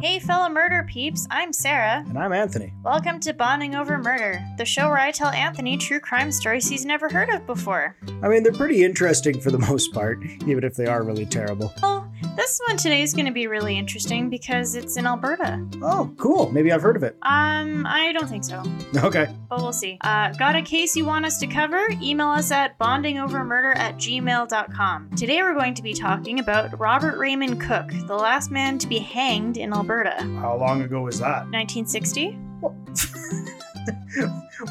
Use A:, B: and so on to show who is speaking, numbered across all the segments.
A: Hey, fellow murder peeps, I'm Sarah.
B: And I'm Anthony.
A: Welcome to Bonding Over Murder, the show where I tell Anthony true crime stories he's never heard of before.
B: I mean, they're pretty interesting for the most part, even if they are really terrible.
A: Well, this one today is going to be really interesting because it's in Alberta.
B: Oh, cool. Maybe I've heard of it.
A: Um, I don't think so,
B: Okay.
A: but we'll see. Uh, got a case you want us to cover? Email us at bondingovermurder at gmail.com. Today we're going to be talking about Robert Raymond Cook, the last man to be hanged in Alberta.
B: How long ago was that?
A: 1960?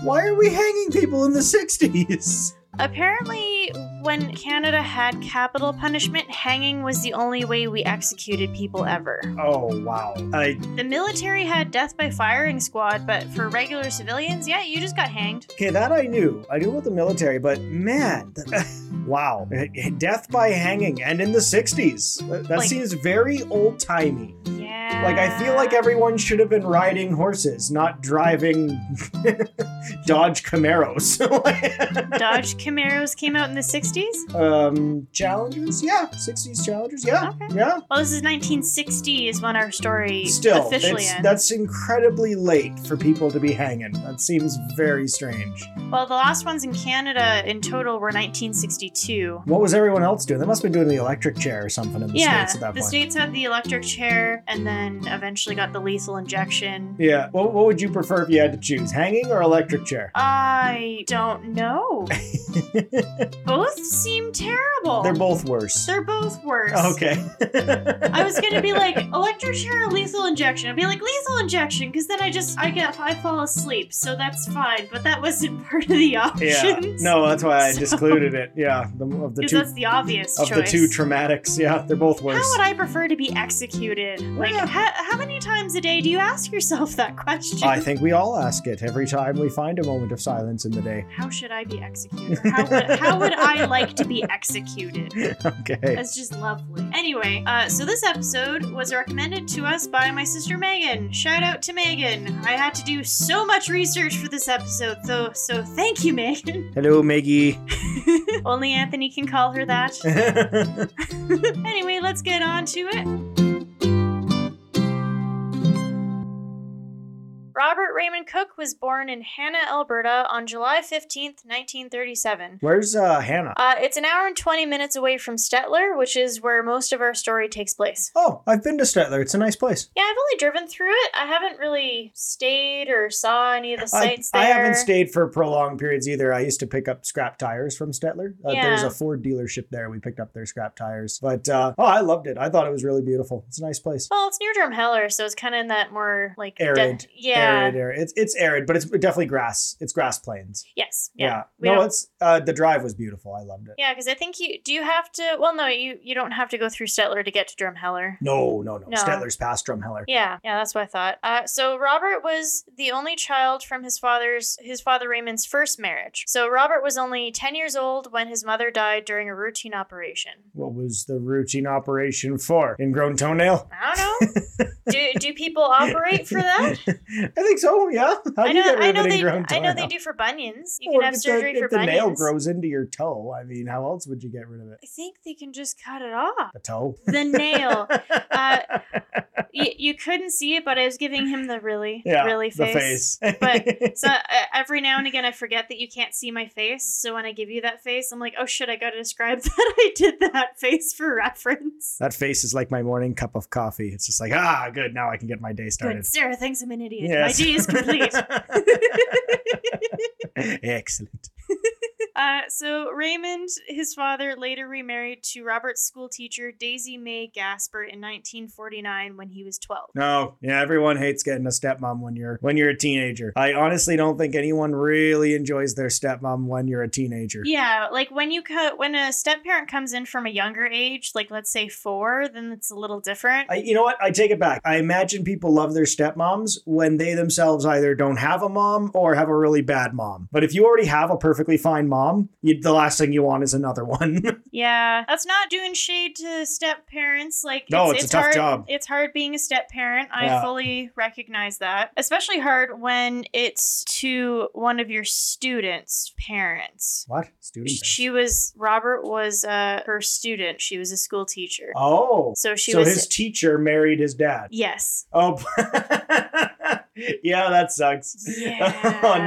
B: Why are we hanging people in the 60s?
A: Apparently, when Canada had capital punishment, hanging was the only way we executed people ever.
B: Oh, wow. I,
A: The military had death by firing squad, but for regular civilians, yeah, you just got hanged.
B: okay, that I knew. I knew about the military, but man, wow. Death by hanging and in the 60s. That, that
A: Like-
B: seems very old timey.
A: Yeah.
B: Like, I feel like everyone should have been riding horses, not driving Dodge Camaros.
A: Dodge Camaros came out in the 60s?
B: um challengers yeah 60s challengers yeah
A: Okay.
B: yeah
A: Well, this is 1960 is when our story
B: still
A: officially
B: it's-
A: ends.
B: that's incredibly late for people to be hanging that seems very strange
A: Well, the last ones in Canada in total were 1962.
B: what was everyone else doing they must have been doing the electric chair or something in the
A: yeah,
B: states at that
A: the
B: point
A: states had the electric chair and then eventually got the lethal injection.
B: yeah what, what would you prefer if you had to choose hanging or electric chair
A: I don't know. both seem terrible.
B: they're both worse
A: They're Uh, both worse.
B: okay
A: I was gonna be like electric chair, or lethal injection. I'd be like lethal injection, because then I just I get I fall asleep, so that's fine. But that wasn't part of the options.
B: yeah no that's why i
A: So-
B: discluded it yeah the, of the
A: because
B: two
A: that's the obvious
B: of
A: choice.
B: the two traumatics yeah they're both worse
A: How would I prefer to be executed? Like,
B: Yeah.
A: how, how many times a day do you ask yourself that question?
B: I think we all ask it every time we find a moment of silence in the day
A: How should I be executed? Or How would, how would I like to be executed?
B: okay.
A: That's just lovely. Anyway, uh, so this episode was recommended to us by my sister Megan. Shout out to Megan. I had to do so much research for this episode, so so thank you, Megan.
B: Hello, Maggie.
A: Only Anthony can call her that. anyway, let's get on to it. Robert Raymond Cook was born in Hanna, Alberta on July 15th, 1937.
B: Where's uh, Hannah?
A: Uh, it's an hour and 20 minutes away from Stettler, which is where most of our story takes place.
B: Oh, I've been to Stettler. It's a nice place.
A: Yeah, I've only driven through it. I haven't really stayed or saw any of the
B: I,
A: sights
B: I
A: there.
B: haven't stayed for prolonged periods either. I used to pick up scrap tires from Stettler. Uh, There's
A: Yeah.
B: a Ford dealership there. We picked up their scrap tires. But uh, oh, I loved it. I thought it was really beautiful. It's a nice place.
A: Well, it's near Drumheller, so it's kind of in that more like de-
B: Arid.
A: yeah.
B: Arid, arid. It's, it's arid, but it's definitely grass. It's grass plains.
A: Yes. Yeah.
B: Yeah.
A: We
B: No,
A: don't-
B: it's uh, the drive was beautiful. I loved it.
A: Yeah, because I think you do you have to. Well, no, you you don't have to go through Stettler to get to Drumheller.
B: No, no, no,
A: No.
B: Stettler's past Drumheller.
A: Yeah, yeah, that's what I thought. Uh, so Robert was the only child from his father's his father Raymond's first marriage. So Robert was only ten years old when his mother died during a routine operation.
B: What was the routine operation for? Ingrown toenail?
A: I don't know. do do people operate for that?
B: I think so. Yeah. How
A: I
B: do you
A: know.
B: get rid
A: I
B: of
A: know
B: an
A: they.
B: ingrown
A: I know they
B: toenail?
A: do for bunions. You
B: Or
A: can have
B: if
A: surgery
B: the,
A: for
B: if the nail
A: bunions.
B: grows into your toe. I mean, how else would you get rid of it?
A: I think they can just cut it off.
B: The toe.
A: The nail. Uh, you, you couldn't see it, but I was giving him the really,
B: yeah,
A: really
B: the face.
A: But so uh, every now and again, I forget that you can't see my face. So when I give you that face, I'm like, oh shit, I gotta describe that I did that face for reference.
B: that face is like my morning cup of coffee. It's just like ah, good. Now I can get my day started.
A: Good. Sarah thinks I'm an idiot.
B: Yes.
A: My day is complete.
B: Excellent.
A: uh, so Raymond, his father, later remarried to Robert's school teacher Daisy May Gasper in 1949 when he was 12.
B: No, yeah, everyone hates getting a stepmom when you're when you're a teenager. I honestly don't think anyone really enjoys their stepmom when you're a teenager.
A: Yeah, like when you co- when a step parent comes in from a younger age, like let's say four, then it's a little different.
B: I, you know what? I take it back. I imagine people love their stepmoms when they themselves either don't have a mom or have a really bad mom. But if you already have a perfectly fine mom mom, you, the last thing you want is another one.
A: Yeah, that's not doing shade to step parents. Like,
B: No, it's a tough
A: hard,
B: job.
A: It's hard being a step parent. I
B: Yeah.
A: fully recognize that. Especially hard when it's to one of your students' parents.
B: what? Student. base.
A: She was Robert was uh, her student. She was a school teacher.
B: oh.
A: So she
B: so
A: was.
B: his teacher married his dad.
A: yes.
B: Oh. yeah, that sucks.
A: Yeah.
B: Oh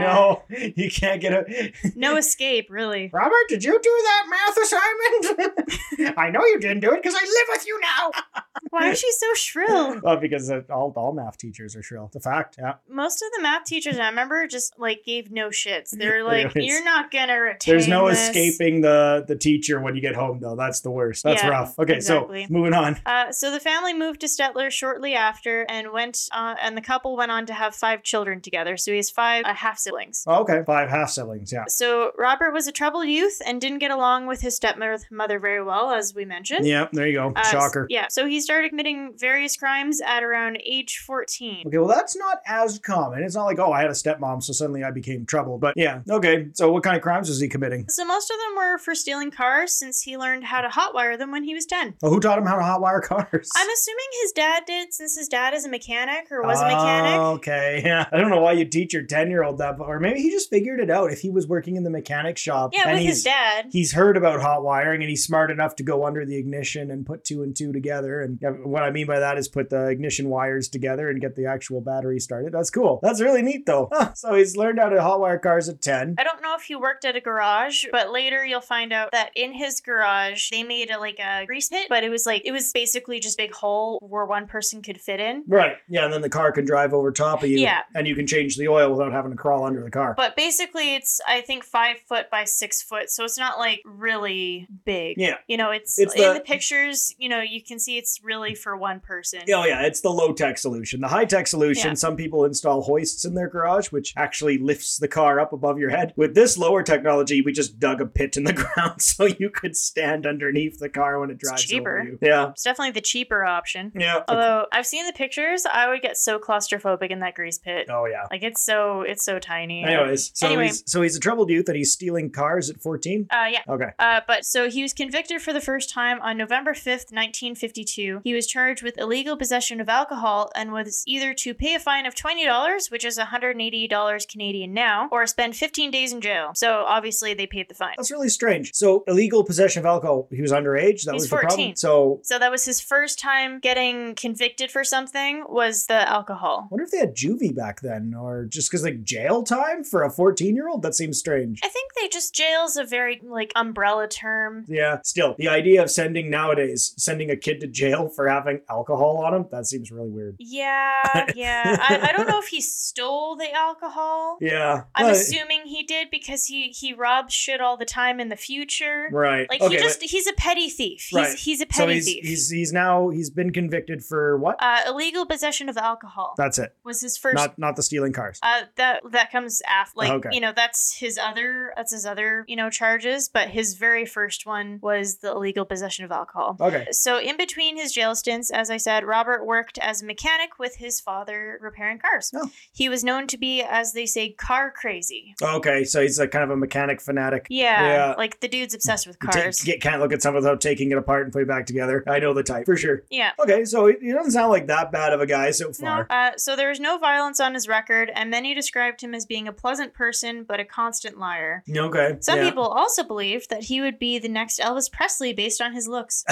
B: no, you can't get a
A: No escape, really.
B: Robert, did you do that math assignment? I know you didn't do it because I live with you now.
A: Why is she so shrill?
B: well, because uh, all, all math teachers are shrill. It's a fact. Yeah.
A: Most of the math teachers I remember just like gave no shits. They're
B: There
A: like,
B: is-
A: "You're not gonna retain."
B: There's no
A: this."
B: escaping the the teacher when you get home though. That's the worst. That's
A: Yeah,
B: rough. Okay,
A: exactly.
B: so moving on.
A: Uh, so the family moved to Stettler shortly after, and went uh, and the couple went on to have five children together. So he has five uh, half siblings.
B: Oh, okay, five half siblings. Yeah.
A: So Robert was a troubled youth and didn't get along with his stepmother very well, as we mentioned.
B: Yeah. There you go.
A: Uh, s-
B: Shocker.
A: Yeah. So he started committing various crimes at around age 14.
B: Okay, well, that's not as common. It's not like, oh, I had a stepmom, so suddenly I became trouble. But yeah, okay. So, what kind of crimes was he committing?
A: So most of them were for stealing cars since he learned how to hotwire them when he was 10.
B: Oh, who taught him how to hotwire cars?
A: I'm assuming his dad did since his dad is a mechanic or was a mechanic.
B: Oh, okay. Yeah. I don't know why you teach your 10 year old that, but, or maybe he just figured it out if he was working in the mechanic shop.
A: yeah,
B: and
A: with
B: he's,
A: his dad.
B: He's heard about hot wiring and he's smart enough to go under the ignition and put two and two together. And yeah, what I mean by that is put the ignition wires together and get the actual battery started. That's cool. That's really neat though. Huh. So he's learned how to hotwire cars at 10.
A: I don't know if he worked at a garage, but later you'll find out that in his garage they made a, like a grease pit, but it was like it was basically just a big hole where one person could fit in.
B: Right. Yeah, and then the car can drive over top of you.
A: Yeah.
B: And you can change the oil without having to crawl under the car.
A: But basically, it's I think five foot by six foot, so it's not like really big.
B: Yeah.
A: you know, it's,
B: It's
A: in
B: the-
A: the pictures. You know, you can see it's really for one person.
B: Oh yeah, it's the low tech solution. The high tech solution,
A: Yeah.
B: some people install hoists in their garage, which actually lifts the car up above your head. With this lower technology, we just dug a pit in the ground so you could stand underneath the car when it drives
A: cheaper. Oh,
B: over you. Yeah,
A: It's definitely the cheaper option.
B: yeah.
A: Although I've seen the pictures, I would get so claustrophobic in that grease pit.
B: Oh yeah.
A: Like it's so it's so tiny.
B: Anyways, so
A: Anyway.
B: he's so he's a troubled youth and he's stealing cars at fourteen.
A: Uh, yeah,
B: Okay.
A: Uh, but so he was convicted for the first time on November 5th, 1952. He was charged with illegal possession of alcohol and was either to pay a fine of $20, which is $180 Canadian now, or spend 15 days in jail. So obviously they paid the fine.
B: That's really strange. So illegal possession of alcohol. He was underage. That
A: He's
B: was the problem.
A: 14.
B: So
A: So that was his first time getting convicted for something was the alcohol.
B: I wonder if they had juvie back then, or just because like jail time for a fourteen-year-old. That seems strange.
A: I think they just jail's a very like umbrella term.
B: Yeah, still, the idea of sending nowadays, sending a kid to jail for having alcohol on him, that seems really weird.
A: Yeah, yeah. I, I don't know if he stole the alcohol.
B: Yeah.
A: I'm
B: but-
A: assuming he did because he he robs shit all the time in the future.
B: Right.
A: Like
B: okay,
A: he
B: but-
A: just he's a petty thief. He's
B: Right.
A: he's a
B: so
A: petty
B: he's,
A: thief.
B: he's he's now he's been convicted for what?
A: uh, illegal possession of alcohol
B: That's it.
A: was his first.
B: Not not the stealing cars.
A: uh, that that comes after, like
B: Okay.
A: you know, that's his other that's his other you know charges, but his very first one was the illegal possession of alcohol.
B: Okay.
A: So in between his jail stints, as I said, Robert worked as a mechanic with his father repairing cars.
B: Oh.
A: He was known to be, as they say, car crazy.
B: Okay, so he's a kind of a mechanic fanatic.
A: Yeah,
B: Yeah.
A: like the dude's obsessed with
B: Ta-
A: cars.
B: get- can't look at something without taking it apart and putting it back together. I know the type for sure.
A: yeah.
B: Okay, so he, he doesn't sound like that bad of a guy so
A: No.
B: far.
A: Uh, so there was no violence on his record, and many described him as being a pleasant person but a constant liar.
B: Okay.
A: Some
B: yeah.
A: people also believed that he would be the next Elvis Presley based on his looks.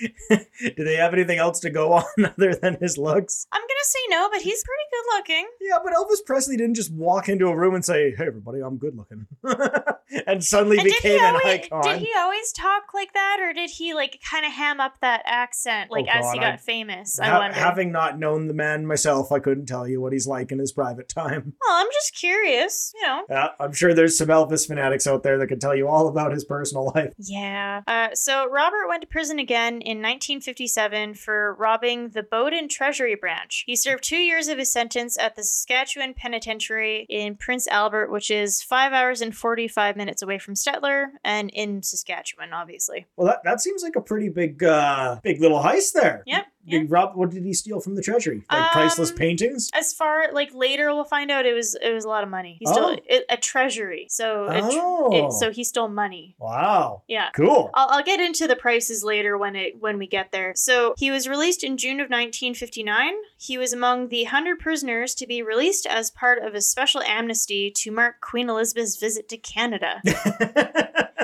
B: Do they have anything else to go on other than his looks?
A: I'm gonna say no, but he's pretty good looking.
B: Yeah, but Elvis Presley didn't just walk into a room and say, "Hey, everybody, I'm good looking," and suddenly
A: And did he
B: became an
A: always
B: icon.
A: did he always talk like that, or did he like kind of ham up that accent like
B: Oh,
A: as he
B: God, I-
A: got famous? I
B: Ha-
A: wonder.
B: having not known the man myself, I couldn't tell you what he's like in his private time.
A: well, I'm just curious, you know.
B: Yeah, I'm sure there's some Elvis fanatics out there that can tell you all about his personal life.
A: Yeah. Uh, so Robert went to prison again in 1957 for robbing the Bowdoin Treasury Branch. He served two years of his sentence at the Saskatchewan Penitentiary in Prince Albert, which is five hours and 45 minutes away from Stettler and in Saskatchewan, obviously.
B: Well, that, that seems like a pretty big, uh, big little heist there.
A: Yep. Yeah.
B: Did Rob, what did he steal from the treasury? Like
A: Um,
B: priceless paintings?
A: As far like later, we'll find out it was it was a lot of money. He
B: Oh.
A: stole it, a treasury, so a tr-
B: oh,
A: it, so he stole money.
B: wow,
A: Yeah.
B: cool.
A: I'll, I'll get into the prices later when it when we get there. So he was released in June of 1959. He was among the hundred prisoners to be released as part of a special amnesty to mark Queen Elizabeth's visit to Canada,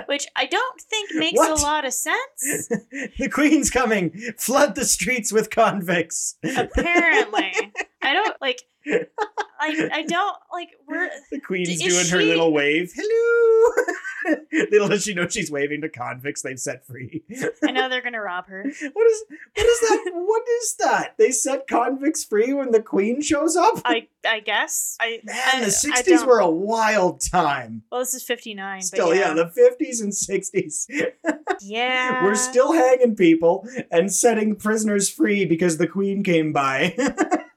A: which I don't think makes
B: What?
A: a lot of sense.
B: the queen's coming. Flood the streets with convicts.
A: Apparently, I don't like. I I don't like. We're
B: The queen's
A: D- is
B: doing her
A: she-
B: little wave. Hello. little does she know she's waving to convicts they've set free.
A: I know they're gonna rob her.
B: What is what is that? what is that? They set convicts free when the queen shows up?
A: I I guess I
B: Man,
A: I- I
B: the 60s
A: don't-
B: were a wild time.
A: well. This is fifty nine.
B: Still,
A: but yeah,
B: yeah. the 50s and 60s.
A: yeah.
B: We're still hanging people and setting prisoners free because the queen came by.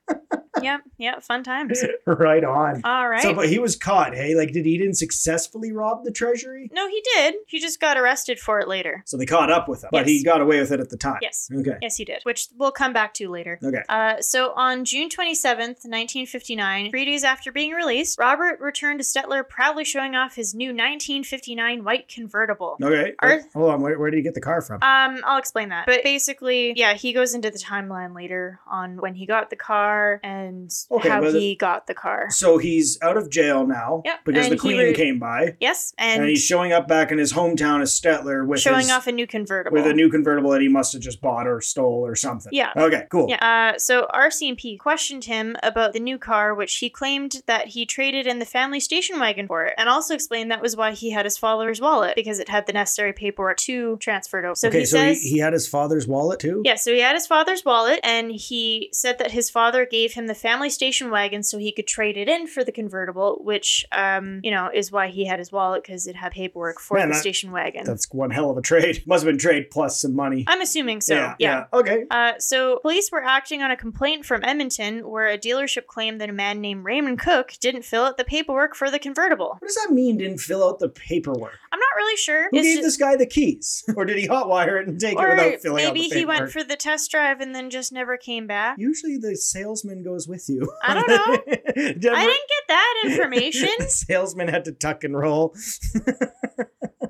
A: Yep, yep. Fun times.
B: right on.
A: All right.
B: So, but he was caught, hey? Like, did he didn't successfully rob the treasury?
A: No, he did. He just got arrested for it later.
B: So they caught up with him, but he
A: Yes.
B: got away with it at the time.
A: Yes.
B: Okay.
A: Yes, he did, which we'll come back to later.
B: Okay.
A: Uh, so on June 27th, 1959, three days after being released, Robert returned to Stettler proudly showing off his new 1959 white convertible.
B: Okay. uh,
A: Are-
B: Hold on. Where, where did he get the car from?
A: Um, I'll explain that. But basically, yeah, he goes into the timeline later on when he got the car and
B: Okay,
A: how
B: well,
A: he got the car.
B: so he's out of jail now
A: Yep,
B: because
A: and
B: the
A: he
B: queen
A: re-
B: came by,
A: Yes,
B: and,
A: and,
B: he's showing up back in his hometown of Stettler with
A: showing
B: his,
A: off a new convertible.
B: with a new convertible that he must have just bought or stole or something.
A: Yeah.
B: Okay. Cool.
A: Yeah. Uh, so RCMP questioned him about the new car, which he claimed that he traded in the family station wagon for it, and also explained that was why he had his father's wallet because it had the necessary paperwork to transfer it over. So
B: okay.
A: he
B: so
A: says.
B: he, he had his father's wallet too.
A: yeah, so he had his father's wallet and he said that his father gave him the family station wagon so he could trade it in for the convertible, which, um, you know, is why he had his wallet because it had paperwork for
B: Man,
A: the
B: that-
A: station wagon.
B: That's one hell of a trade. Must have been trade plus some money.
A: I'm assuming so. yeah.
B: Okay.
A: Uh, so, police were acting on a complaint from Edmonton where a dealership claimed that a man named Raymond Cook didn't fill out the paperwork for the convertible.
B: What does that mean? Didn't fill out the paperwork.
A: I'm not really sure.
B: Who
A: It's
B: gave
A: ju-
B: this guy the keys, or did he hotwire it and take it
A: or
B: without filling out the
A: maybe
B: paperwork?
A: he went for the test drive and then just never came back.
B: Usually the salesman goes with you.
A: I don't know.
B: Did
A: I
B: ever-
A: didn't get that information,
B: the salesman had to tuck and roll.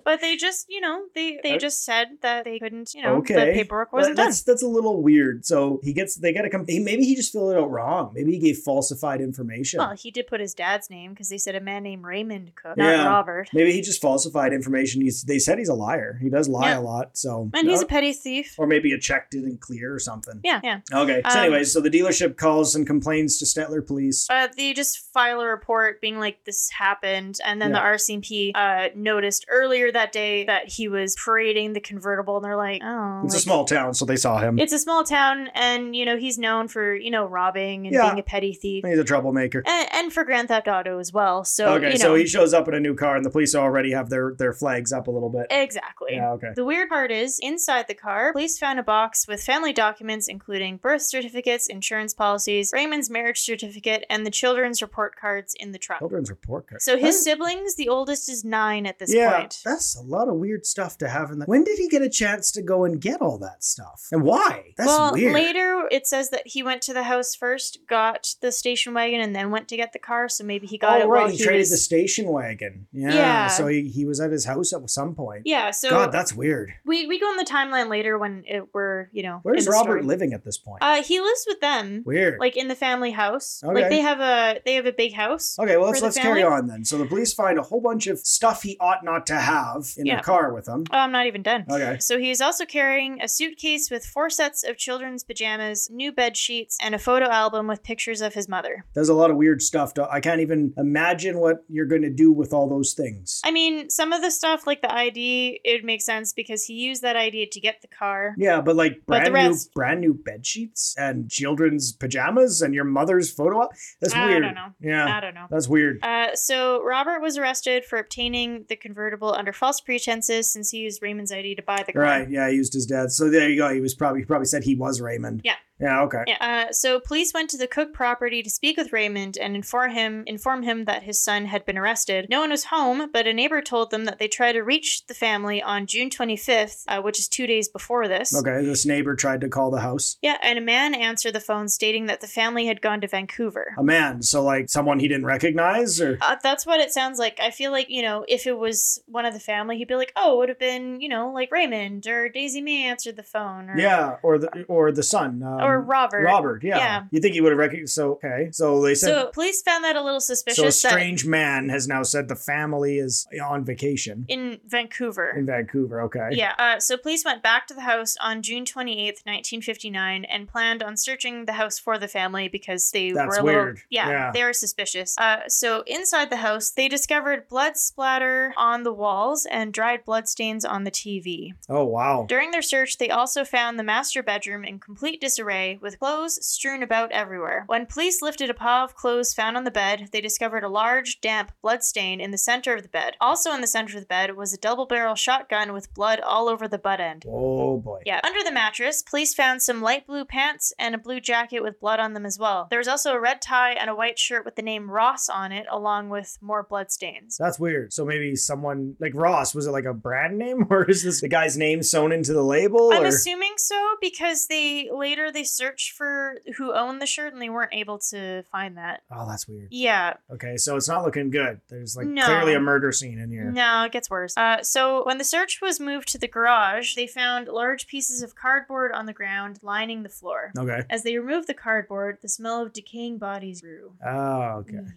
A: but they just, you know, they they
B: Okay.
A: just said that they couldn't, you know, the
B: Okay.
A: paperwork wasn't done.
B: that's that's a little weird. So he gets they got to come. he- Maybe he just filled it out wrong. Maybe he gave falsified information.
A: Well, he did put his dad's name because they said a man named Raymond Cook,
B: Yeah.
A: not Robert.
B: Maybe he just falsified information. He's they said he's a liar. He does lie
A: Yeah.
B: a lot. So
A: And he's
B: Uh,
A: a petty thief.
B: or maybe a check didn't clear or something.
A: Yeah, yeah.
B: Okay. So,
A: Um,
B: anyways, so the dealership calls and complains to Stettler police.
A: Uh, they just file a report being like this happened, and then
B: Yeah.
A: the RCMP uh, noticed earlier that day that he was parading the convertible, and they're like, "Oh,
B: it's a
A: like,
B: small town, so they saw him.
A: it's a small town, and you know he's known for you know robbing and
B: Yeah.
A: being a petty thief,
B: He's a troublemaker.
A: and, and for Grand Theft Auto as well." So
B: okay,
A: you know
B: so he shows up in a new car, and the police already have their their flags up a little bit.
A: exactly.
B: Yeah. Okay.
A: The weird part is, inside the car, police found a box with family documents, including birth certificates, insurance policies, Raymond's marriage certificate, and the children's report cards in the trunk.
B: Children's report card.
A: So his
B: That's-
A: siblings, the oldest is nine at this
B: yeah,
A: point.
B: that's a lot of weird stuff to have in the. When did he get a chance to go and get all that stuff, and why? That's
A: well,
B: weird.
A: later it says that he went to the house first, got the station wagon, and then went to get the car. So maybe he got
B: oh
A: it
B: right,
A: while
B: he
A: he
B: traded
A: was-
B: the station wagon. Yeah.
A: Yeah.
B: So he, he was at his house at some point.
A: Yeah. So
B: God, that's weird.
A: we we go on the timeline later when it, we're you know.
B: Where's
A: in the
B: Robert
A: story.
B: living at this point?
A: Uh, he lives with them,
B: weird.
A: like in the family house.
B: Okay.
A: Like they have a they have a big house.
B: Okay, well let's
A: the
B: let's carry
A: family?
B: on then. So the police find a whole bunch of stuff he ought not to have in
A: Yeah.
B: the car with him.
A: Oh, I'm not even done.
B: Okay.
A: So he is also carrying a suitcase with four sets of children's pajamas, new bed sheets, and a photo album with pictures of his mother.
B: There's a lot of weird stuff. To, I can't even imagine what you're going to do with all those things.
A: I mean, some of the stuff like the ID, it would make sense because he used that ID to get the car.
B: yeah, but like
A: But the
B: brand new,
A: rest-
B: brand new bed sheets and children's pajamas and your mother's photo. op- That's
A: I
B: weird.
A: don't know.
B: Yeah,
A: I don't know.
B: that's weird.
A: Uh, so Robert was arrested for obtaining the convertible under false pretenses since he used Raymond's ID to buy the car.
B: Right? Yeah, I used his dad. So there you go. He was probably he probably said he was Raymond.
A: Yeah.
B: Yeah, okay.
A: Yeah, uh, so police went to the Cook property to speak with Raymond and inform him inform him that his son had been arrested. No one was home, but a neighbor told them that they tried to reach the family on June 25th, uh, which is two days before this.
B: Okay, this neighbor tried to call the house.
A: Yeah, and a man answered the phone stating that the family had gone to Vancouver.
B: A man, so like someone he didn't recognize, or
A: Uh, that's what it sounds like. I feel like, you know, if it was one of the family, he'd be like, oh, it would have been, you know, like Raymond or Daisy May answered the phone or,
B: yeah, or the or the son, um,
A: or Robert.
B: Robert. Yeah.
A: Yeah.
B: you think he would have recognized? So okay, so they said
A: So police found that a little
B: So a
A: suspicious that
B: strange man has now said the family is on vacation
A: in Vancouver.
B: in Vancouver. Okay.
A: Yeah, uh, so police went back to the house on June 28th, 1959, and planned on searching the house for the family because they
B: That's
A: were a little.
B: weird.
A: Yeah,
B: Yeah.
A: they were suspicious. Uh, so inside the house, they discovered blood splatter on the walls and dried bloodstains on the TV.
B: Oh wow.
A: During their search, they also found the master bedroom in complete disarray, with clothes strewn about everywhere. When police lifted a pile of clothes found on the bed, they discovered a large, damp blood stain in the center of the bed. Also in the center of the bed was a double barrel shotgun with blood all over the butt end.
B: Oh boy.
A: Yeah. Under the mattress, police found some light blue pants and a blue jacket with blood on them as well. There was also a red tie and a white shirt with the name Ross on it, along with more blood stains.
B: That's weird. So maybe someone like Ross was it like a brand name or is this the guy's name sewn into the label?
A: I'm
B: or
A: assuming so because they later they searched for who owned the shirt and they weren't able to find that.
B: oh, that's weird.
A: Yeah,
B: Okay, so it's not looking good. There's like
A: No.
B: clearly a murder scene in here.
A: no, it gets worse. Uh, so when the search was moved to the garage, they found large pieces of cardboard on the ground lining the floor.
B: Okay.
A: As they removed the cardboard, the smell of decaying bodies grew. Mm,
B: Oh, okay.
A: Yeah.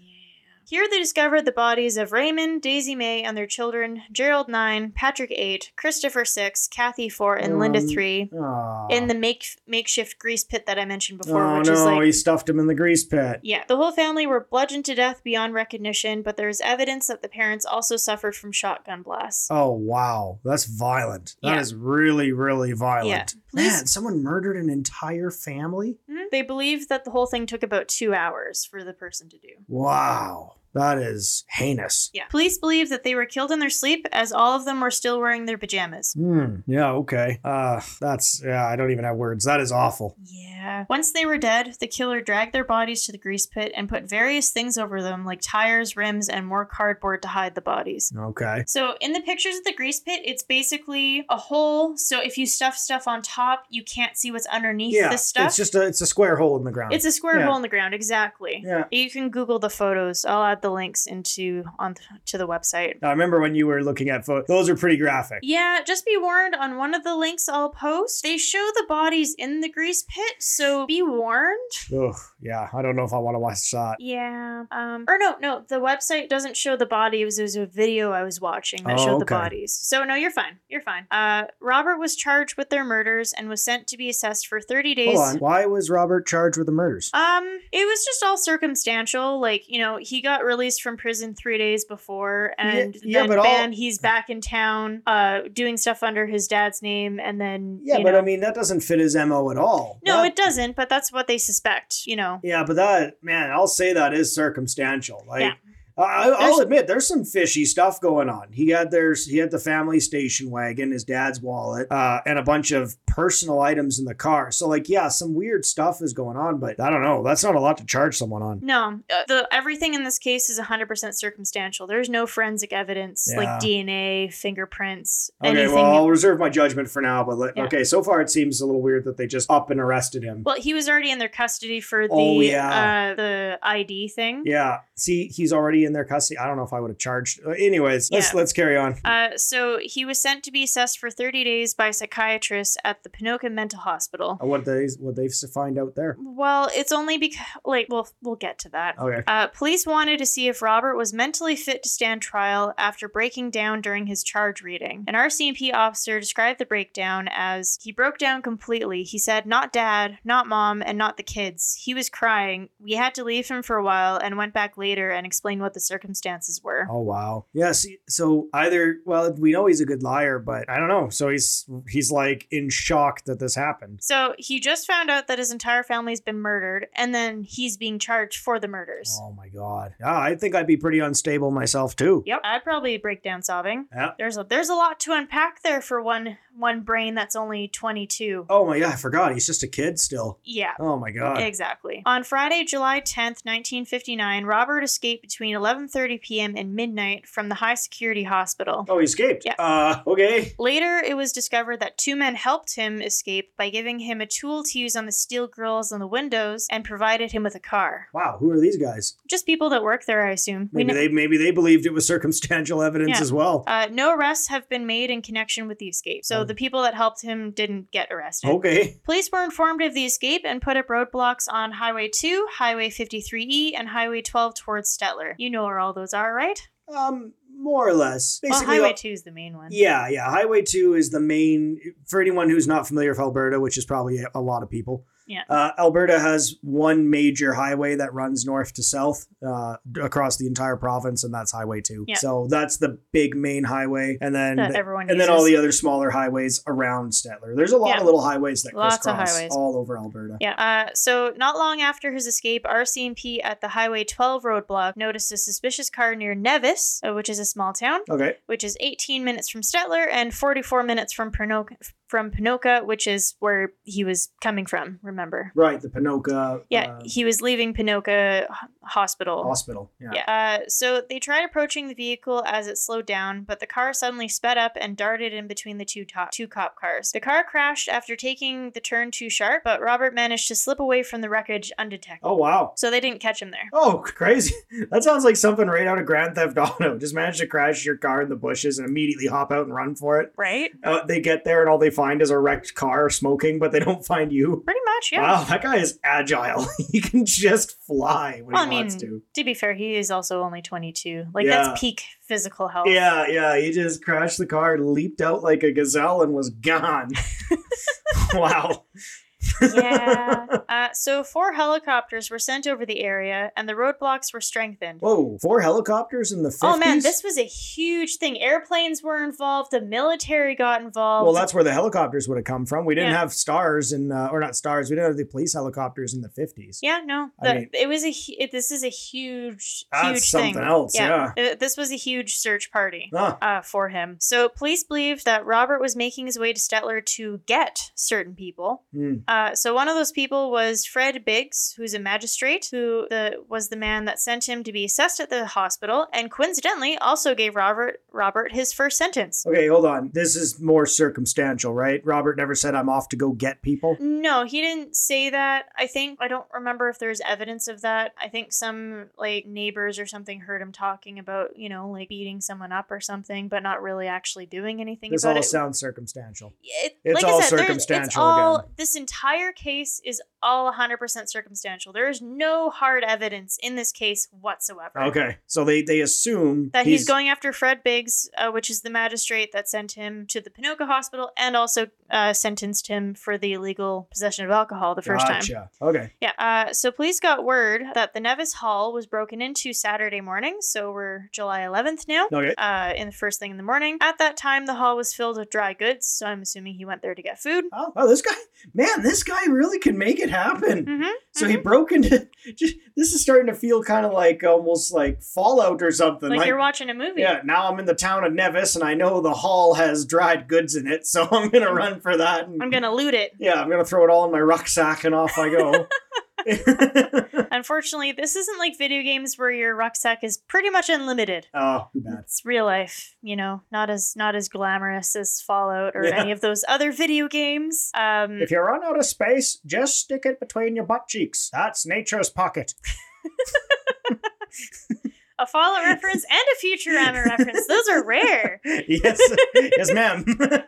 A: Here they discovered the bodies of Raymond, Daisy May, and their children Gerald 9, Patrick 8, Christopher 6, Kathy 4, and Linda
B: Um,
A: 3
B: Aw.
A: Mm. in the make- makeshift grease pit that I mentioned before,
B: oh
A: which
B: no,
A: is like
B: he stuffed him in the grease pit.
A: Yeah, the whole family were bludgeoned to death beyond recognition, but there is evidence that the parents also suffered from shotgun blasts.
B: Oh wow, that's violent. That
A: Yeah.
B: is really, really violent.
A: Yeah. Police-
B: Man, someone murdered an entire family.
A: Mhm. They believe that the whole thing took about two hours for the person to do.
B: Wow, that is heinous.
A: Yeah. Police believe that they were killed in their sleep, as all of them were still wearing their pajamas.
B: Hmm. Yeah. Okay. Uh, that's yeah. I don't even have words. That is awful.
A: Yeah. Once they were dead, the killer dragged their bodies to the grease pit and put various things over them, like tires, rims, and more cardboard to hide the bodies.
B: Okay.
A: So in the pictures of the grease pit, it's basically a hole. So if you stuff stuff on top, you can't see what's underneath
B: Yeah.
A: the stuff.
B: It's just a it's a square hole in the ground.
A: It's a square
B: Yeah.
A: hole in the ground, exactly.
B: yeah.
A: You can Google the photos. I'll add the links into on th- to the website.
B: I remember when you were looking at photos. Those are pretty graphic.
A: Yeah, just be warned on one of the links I'll post, they show the bodies in the grease pit, so be warned.
B: Ugh. Yeah. I don't know if I want to watch that.
A: Yeah. Um or no, no, the website doesn't show the bodies. It was a video I was watching that
B: Oh,
A: showed the
B: okay.
A: bodies. So no, you're fine. You're fine. Uh Robert was charged with their murders and was sent to be assessed for 30 days.
B: Hold on. Why was Robert charged with the murders?
A: Um, it was just all circumstantial. Like, you know, he got released from prison three days before, and
B: yeah,
A: then
B: but all-
A: bam, he's back in town, uh, doing stuff under his dad's name, and then
B: yeah,
A: you
B: but
A: know-
B: I mean that doesn't fit his mo at all.
A: no,
B: That-
A: it doesn't. But that's what they suspect, you know.
B: Yeah, but that man, I'll say that is circumstantial. Like
A: Yeah.
B: I, I'll
A: There's-
B: admit, there's some fishy stuff going on. He had there's he had the family station wagon, his dad's wallet, uh, and a bunch of personal items in the car. So like, yeah, some weird stuff is going on, but I don't know. That's not a lot to charge someone on.
A: No, uh, the everything in this case is 100% circumstantial. There's no forensic evidence
B: Yeah.
A: like DNA, fingerprints,
B: Okay,
A: anything.
B: well, I'll reserve my judgment for now. But let,
A: Yeah.
B: okay, so far it seems a little weird that they just up and arrested him.
A: Well, he was already in their custody for the
B: Oh, yeah.
A: uh, the ID thing.
B: yeah, see, he's already in their custody. I don't know if I would have charged. uh, Anyways, let's
A: Yeah.
B: let's carry on.
A: Uh, so he was sent to be assessed for 30 days by psychiatrists at the Pinocchio Mental Hospital.
B: Uh, What they what they find out there?
A: Well, it's only because, like, we'll, we'll get to that.
B: Okay.
A: Uh, police wanted to see if Robert was mentally fit to stand trial after breaking down during his charge reading. An RCMP officer described the breakdown as he broke down completely. He said, Not dad, not mom, and not the kids. He was crying. We had to leave him for a while and went back later and explained what the circumstances were.
B: Oh wow. Yeah. See, so either well, we know he's a good liar, but I don't know. So he's he's like in shock that this happened.
A: So he just found out that his entire family's been murdered, and then he's being charged for the murders.
B: Oh my god. Yeah, I think I'd be pretty unstable myself too.
A: Yep, I'd probably break down sobbing.
B: Yeah.
A: There's a there's a lot to unpack there for one one brain that's only 22.
B: Oh my god, I forgot. He's just a kid still.
A: Yeah.
B: Oh my god.
A: Exactly. On Friday, July 10th, 1959, Robert escaped between 11:30 p.m. and midnight from the high security hospital.
B: Oh, he escaped.
A: Yeah.
B: Uh, okay.
A: Later, it was discovered that two men helped him escape by giving him a tool to use on the steel grills on the windows and provided him with a car.
B: Wow, who are these guys?
A: Just people that work there, I assume.
B: Maybe
A: ne-
B: they maybe they believed it was circumstantial evidence
A: Yeah.
B: as well.
A: uh, no arrests have been made in connection with the escape, so
B: Oh.
A: the people that helped him didn't get arrested.
B: Okay.
A: Police were informed of the escape and put up roadblocks on Highway 2, Highway 53E, and Highway 12 towards Stettler. You know where all those are, right?
B: Um, more or less. Basically,
A: well, Highway
B: uh,
A: 2 is the main one.
B: Yeah, yeah. Highway 2 is the main, for anyone who's not familiar with Alberta, which is probably a lot of people.
A: Yeah.
B: Uh, Alberta has one major highway that runs north to south uh, across the entire province, and that's Highway 2.
A: Yeah.
B: So that's the big main highway. And then.
A: that everyone
B: and
A: uses.
B: then all the other smaller highways around Stettler. There's a lot
A: Yeah.
B: of little highways that
A: Lots of
B: crisscross
A: highways.
B: all over Alberta.
A: Yeah. Uh, so not long after his escape, RCMP at the Highway 12 roadblock noticed a suspicious car near Nevis, uh, which is a small town,
B: Okay.
A: which is 18 minutes from Stettler and 44 minutes from Pinoca, from Pinoca, which is where he was coming from. Remember?
B: Right. The Pinoca
A: Yeah,
B: uh,
A: he was leaving Pinoca H- Hospital.
B: Hospital. Yeah.
A: Yeah. Uh, so they tried approaching the vehicle as it slowed down, but the car suddenly sped up and darted in between the two top two cop cars. The car crashed after taking the turn too sharp, but Robert managed to slip away from the wreckage undetected.
B: Oh, wow.
A: So they didn't catch him there.
B: Oh, crazy. That sounds like something right out of Grand Theft Auto. Just manage to crash your car in the bushes and immediately hop out and run for it.
A: Right?
B: Uh, they get there and all they find is a wrecked car smoking, but they don't find you.
A: Pretty much, yeah.
B: Wow, that guy is agile. he can just fly when
A: Well, I
B: he wants
A: mean,
B: to.
A: To be fair, he is also only 22. Like,
B: Yeah.
A: that's peak physical health.
B: Yeah, yeah. He just crashed the car, leaped out like a gazelle, and was gone. wow.
A: yeah. Uh, so, four helicopters were sent over the area, and the roadblocks were strengthened.
B: Whoa, four helicopters in the 50s?
A: Oh man, this was a huge thing. Airplanes were involved. The military got involved.
B: Well, that's where the helicopters would have come from. We didn't
A: Yeah.
B: have stars in, uh, or not stars. We didn't have the police helicopters in the fifties.
A: yeah, no,
B: I
A: the-
B: mean-
A: it was a. hu- It, this is a huge,
B: That's
A: huge
B: something
A: thing.
B: else. Yeah.
A: Uh, this was a huge search party.
B: Ah,
A: Uh, for him. So police believed that Robert was making his way to Stettler to get certain people.
B: mm.
A: Uh, so one of those people was Fred Biggs, who's a magistrate, who the, was the man that sent him to be assessed at the hospital, and coincidentally also gave Robert Robert his first sentence.
B: Okay, hold on. This is more circumstantial, right? Robert never said, I'm off to go get people.
A: No, he didn't say that. I think I don't remember if there's evidence of that. I think some like neighbors or something heard him talking about, you know, like beating someone up or something, but not really actually doing anything
B: This
A: about
B: all
A: it.
B: sounds circumstantial.
A: It-
B: it's
A: like
B: all
A: I said, there's- It's
B: circumstantial
A: all
B: again.
A: this entire case is all 100% circumstantial. There is no hard evidence in this case whatsoever.
B: Okay, so they they assume
A: That he's, going after Fred Biggs, uh, which is the magistrate that sent him to the Pinoca Hospital and also uh, sentenced him for the illegal possession of alcohol the first time.
B: gotcha. Okay,
A: Yeah. Uh, so police got word that the Nevis Hall was broken into Saturday morning. So we're July 11th now.
B: okay.
A: Uh, in the first thing in the morning. At that time, the hall was filled with dry goods. So I'm assuming he went there to get food.
B: Oh, oh, this guy, man, this guy really can make it happen.
A: Mm-hmm.
B: So he broke into. Just, this is starting to feel kind of like almost like Fallout or something.
A: Like, you're watching a movie.
B: Yeah, now I'm in the town of Nevis, and I know the hall has dried goods in it, so I'm gonna run for that. And,
A: Mm. I'm gonna loot it.
B: yeah, I'm gonna throw it all in my rucksack, and off I go.
A: Unfortunately, this isn't like video games where your rucksack is pretty much unlimited.
B: oh, too bad.
A: It's real life, you know, not as not as glamorous as Fallout or
B: Yeah.
A: any of those other video games. Um,
B: If you run out of space, just stick it between your butt cheeks. That's nature's pocket.
A: a Fallout reference and a Futurama reference; those are rare.
B: yes, yes, ma'am.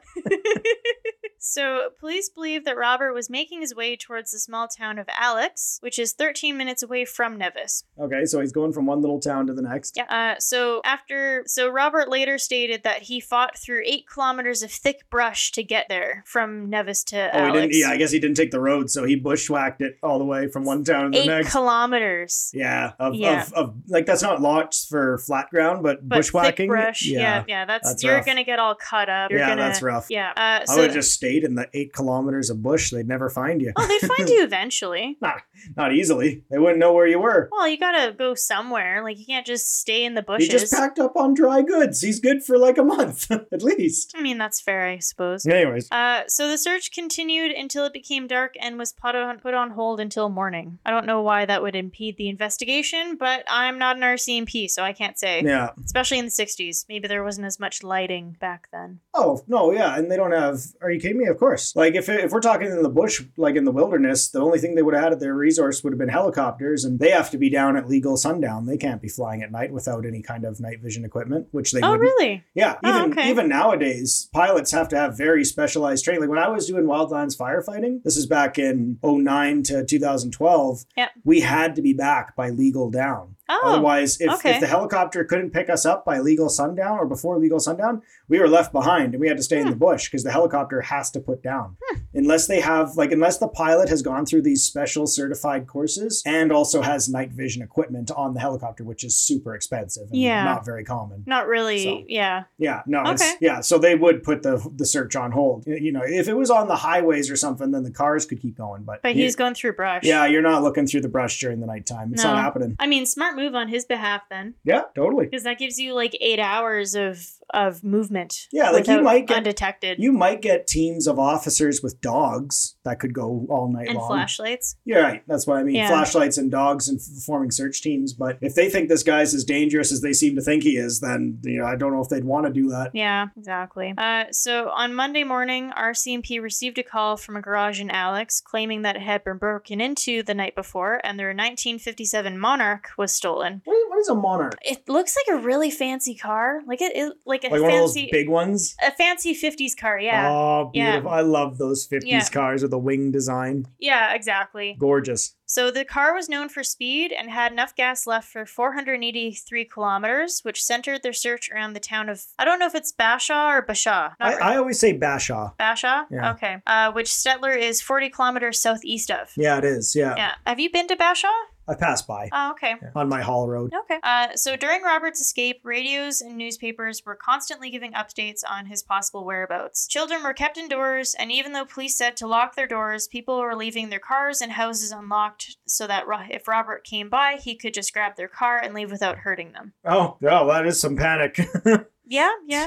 A: So, police believe that Robert was making his way towards the small town of Alex, which is 13 minutes away from Nevis.
B: okay, so he's going from one little town to the next.
A: Yeah. Uh, so after, so Robert later stated that he fought through eight kilometers of thick brush to get there from Nevis to
B: Oh, he
A: Alex.
B: didn't. Yeah, I guess he didn't take the road, so he bushwhacked it all the way from one town to the
A: Eight
B: next.
A: kilometers.
B: yeah, of,
A: Yeah.
B: Of, of like that's not lots for flat ground, but,
A: But
B: bushwhacking.
A: thick brush. Yeah. Yeah. that's,
B: that's
A: you're
B: rough.
A: gonna get all cut up. You're
B: yeah,
A: gonna,
B: that's rough.
A: Yeah. Uh,
B: I would
A: so
B: have just state and the eight kilometers of bush, they'd never find you.
A: Oh, they'd find you eventually.
B: Not, not easily. They wouldn't know where you were.
A: Well, you gotta go somewhere. Like, you can't just stay in the
B: He
A: bushes.
B: just packed up on dry goods. He's good for like a month at least.
A: I mean, that's fair, I suppose.
B: Anyways,
A: Uh, so the search continued until it became dark and was put on, put on hold until morning. I don't know why that would impede the investigation, but I'm not an RCMP, so I can't say.
B: yeah.
A: Especially in the 60s. Maybe there wasn't as much lighting back then.
B: Oh no, yeah, and they don't have. Are you kidding me? Of course. Like if if we're talking in the bush, like in the wilderness, the only thing they would have had at their resource would have been helicopters, and they have to be down at legal sundown. They can't be flying at night without any kind of night vision equipment, which they
A: Oh,
B: wouldn't.
A: really?
B: Yeah,
A: Oh,
B: even
A: okay.
B: even nowadays, pilots have to have very specialized training. Like when I was doing wildlands firefighting, this is back in 09 to 2012.
A: Yep.
B: We had to be back by legal down.
A: Oh,
B: Otherwise, if,
A: okay.
B: if the helicopter couldn't pick us up by legal sundown or before legal sundown, we were left behind and we had to stay in the
A: Hmm.
B: bush because the helicopter has to put down. Unless they have, like, unless the pilot has gone through these special certified courses and also has night vision equipment on the helicopter, which is super expensive and
A: Yeah.
B: not very common.
A: not really.
B: So.
A: Yeah.
B: Yeah, no, it's,
A: Okay.
B: yeah. So they would put the the search on hold. You know, if it was on the highways or something, then the cars could keep going. But
A: But
B: you-
A: he's going through brush.
B: yeah, you're not looking through the brush during the nighttime. It's not
A: No.
B: happening.
A: I mean, smart move on his behalf then,
B: Yeah, totally.
A: because that gives you like eight hours of of movement.
B: Yeah, like, you
A: without-
B: might get-
A: undetected
B: You might get teams of officers with dogs that could go all night
A: and
B: long.
A: flashlights.
B: You're right. That's what I mean.
A: Yeah.
B: Flashlights and dogs and f- forming search teams. But if they think this guy's as dangerous as they seem to think he is, then you know I don't know if they'd want to do that.
A: Yeah, exactly. Uh, so on Monday morning, RCMP received a call from a garage in Alex claiming that it had been broken into the night before and their 1957 Monarch was stolen.
B: What is- what is a monarch?
A: It looks like a really fancy car, like it, it like a
B: Like one of those
A: fancy,
B: big ones?
A: a fancy 50s car. Yeah,
B: Oh,
A: Yeah.
B: beautiful. I love those 50s
A: Yeah.
B: cars with the wing design.
A: yeah, exactly.
B: Gorgeous.
A: So the car was known for speed and had enough gas left for 483 kilometers, which centered their search around the town of I don't know if it's Bashaw or Bashaw. Not
B: I,
A: really-
B: I always say Bashaw.
A: Bashaw?
B: Yeah.
A: Okay. Uh, which Stettler is 40 kilometers southeast of.
B: Yeah, it is. Yeah.
A: Yeah. Have you been to Bashaw?
B: I pass by
A: Oh, okay.
B: yeah, on my haul road.
A: Okay. Uh, so during Robert's escape, radios and newspapers were constantly giving updates on his possible whereabouts. Children were kept indoors, and even though police said to lock their doors, people were leaving their cars and houses unlocked so that Ro- if Robert came by, he could just grab their car and leave without hurting them.
B: Oh, no, that is some panic.
A: Yeah, yeah.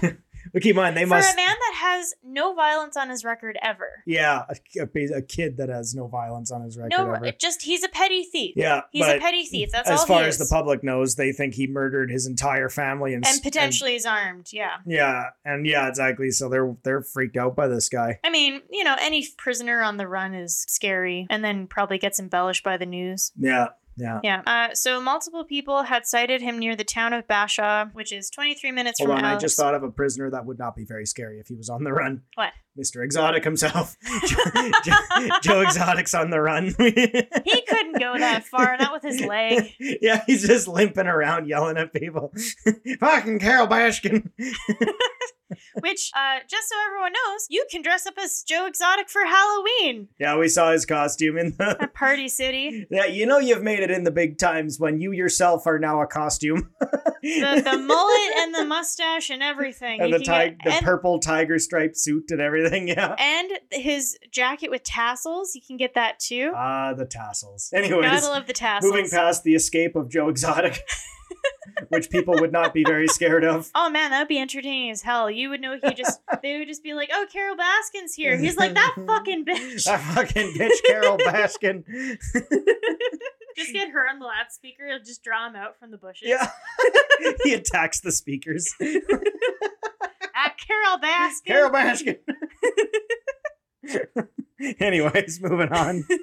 B: but keep in mind, they
A: For
B: must.
A: a man that has no violence on his record ever.
B: yeah, a, a- a kid that has no violence on his record.
A: No,
B: ever.
A: it just he's a petty thief.
B: Yeah,
A: He's
B: but
A: a petty thief. That's
B: as
A: all
B: far
A: he
B: as
A: is.
B: the public knows, they think he murdered his entire family and s-
A: and potentially is armed. Yeah.
B: and- yeah, and yeah, exactly. So they're they're freaked out by this guy.
A: I mean, you know, any prisoner on the run is scary, and then probably gets embellished by the news.
B: Yeah, yeah.
A: Yeah. Uh, so multiple people had sighted him near the town of Bashaw, which is 23 minutes
B: Hold
A: from
B: on,
A: Alex.
B: I just thought of a prisoner that would not be very scary if he was on the run.
A: What?
B: Mr. Exotic himself. Joe, Joe Exotic's on the run.
A: he couldn't go that far, not with his leg.
B: yeah, he's just limping around yelling at people. Fucking Carol Bashkin.
A: Which, uh, just so everyone knows, you can dress up as Joe Exotic for Halloween
B: Yeah, we saw his costume in the.
A: at Party City.
B: Yeah, you know you've made it in the big times when you yourself are now a costume.
A: The, the mullet and the mustache and everything.
B: and
A: You
B: the,
A: can
B: ti-
A: get-
B: the
A: and-
B: purple tiger stripe suit and everything. Yeah.
A: and his jacket with tassels. You can get that too.
B: Ah, the tassels.
A: Gotta
B: Anyways,
A: love the tassels.
B: Oh, moving past the escape of Joe Exotic, which people would not be very scared of.
A: Oh man, that'd be entertaining as hell. You would know he just they would just be like, "Oh, Carol Baskin's here." He's like that fucking bitch.
B: That fucking bitch, Carol Baskin.
A: just get her on the loudspeaker. It'll just draw him out from the bushes.
B: Yeah. he attacks the speakers.
A: at Carol Baskin.
B: Carol Baskin. Anyways, moving on.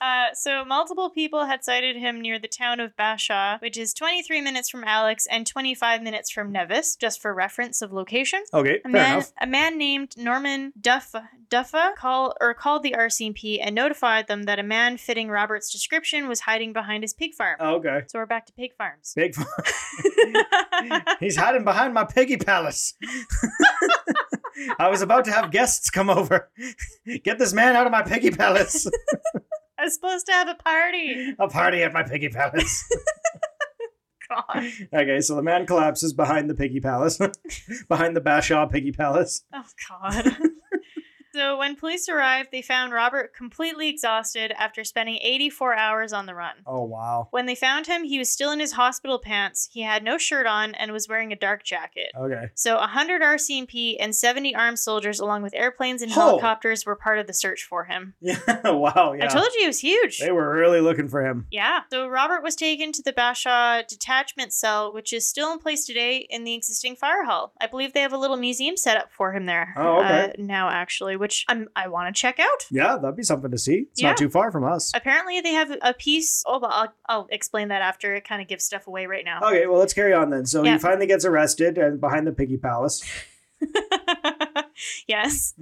A: Uh, so multiple people had sighted him near the town of Bashaw, which is 23 minutes from Alex and 25 minutes from Nevis, just for reference of location.
B: Okay,
A: A
B: fair
A: man,
B: enough.
A: a man named Norman Duff Duffa call or called the RCMP and notified them that a man fitting Robert's description was hiding behind his pig farm.
B: Okay.
A: So we're back to pig farms.
B: Big He's hiding behind my piggy palace. I was about to have guests come over. Get this man out of my piggy palace.
A: I was supposed to have a party.
B: A party at my piggy palace.
A: God.
B: okay, so the man collapses behind the piggy palace, behind the Bashaw piggy palace.
A: Oh God. So when police arrived, they found Robert completely exhausted after spending 84 hours on the run.
B: Oh wow.
A: When they found him, he was still in his hospital pants, he had no shirt on, and was wearing a dark jacket.
B: Okay.
A: So 100 RCMP and 70 armed soldiers, along with airplanes and
B: Ho!
A: helicopters, were part of the search for him.
B: Yeah. Wow. Yeah.
A: I told you he was huge.
B: they were really looking for him.
A: Yeah. So Robert was taken to the Bashaw detachment cell, which is still in place today in the existing fire hall. I believe they have a little museum set up for him there.
B: Oh, okay.
A: Uh, now, actually, which I'm, I want to check out.
B: Yeah, that'd be something to see. It's
A: Yeah.
B: not too far from us.
A: Apparently, they have a piece. Oh, well, I'll, I'll explain that after. It kind of gives stuff away right now.
B: Okay, well, let's carry on then. So
A: Yeah.
B: he finally gets arrested and behind the piggy palace.
A: yes.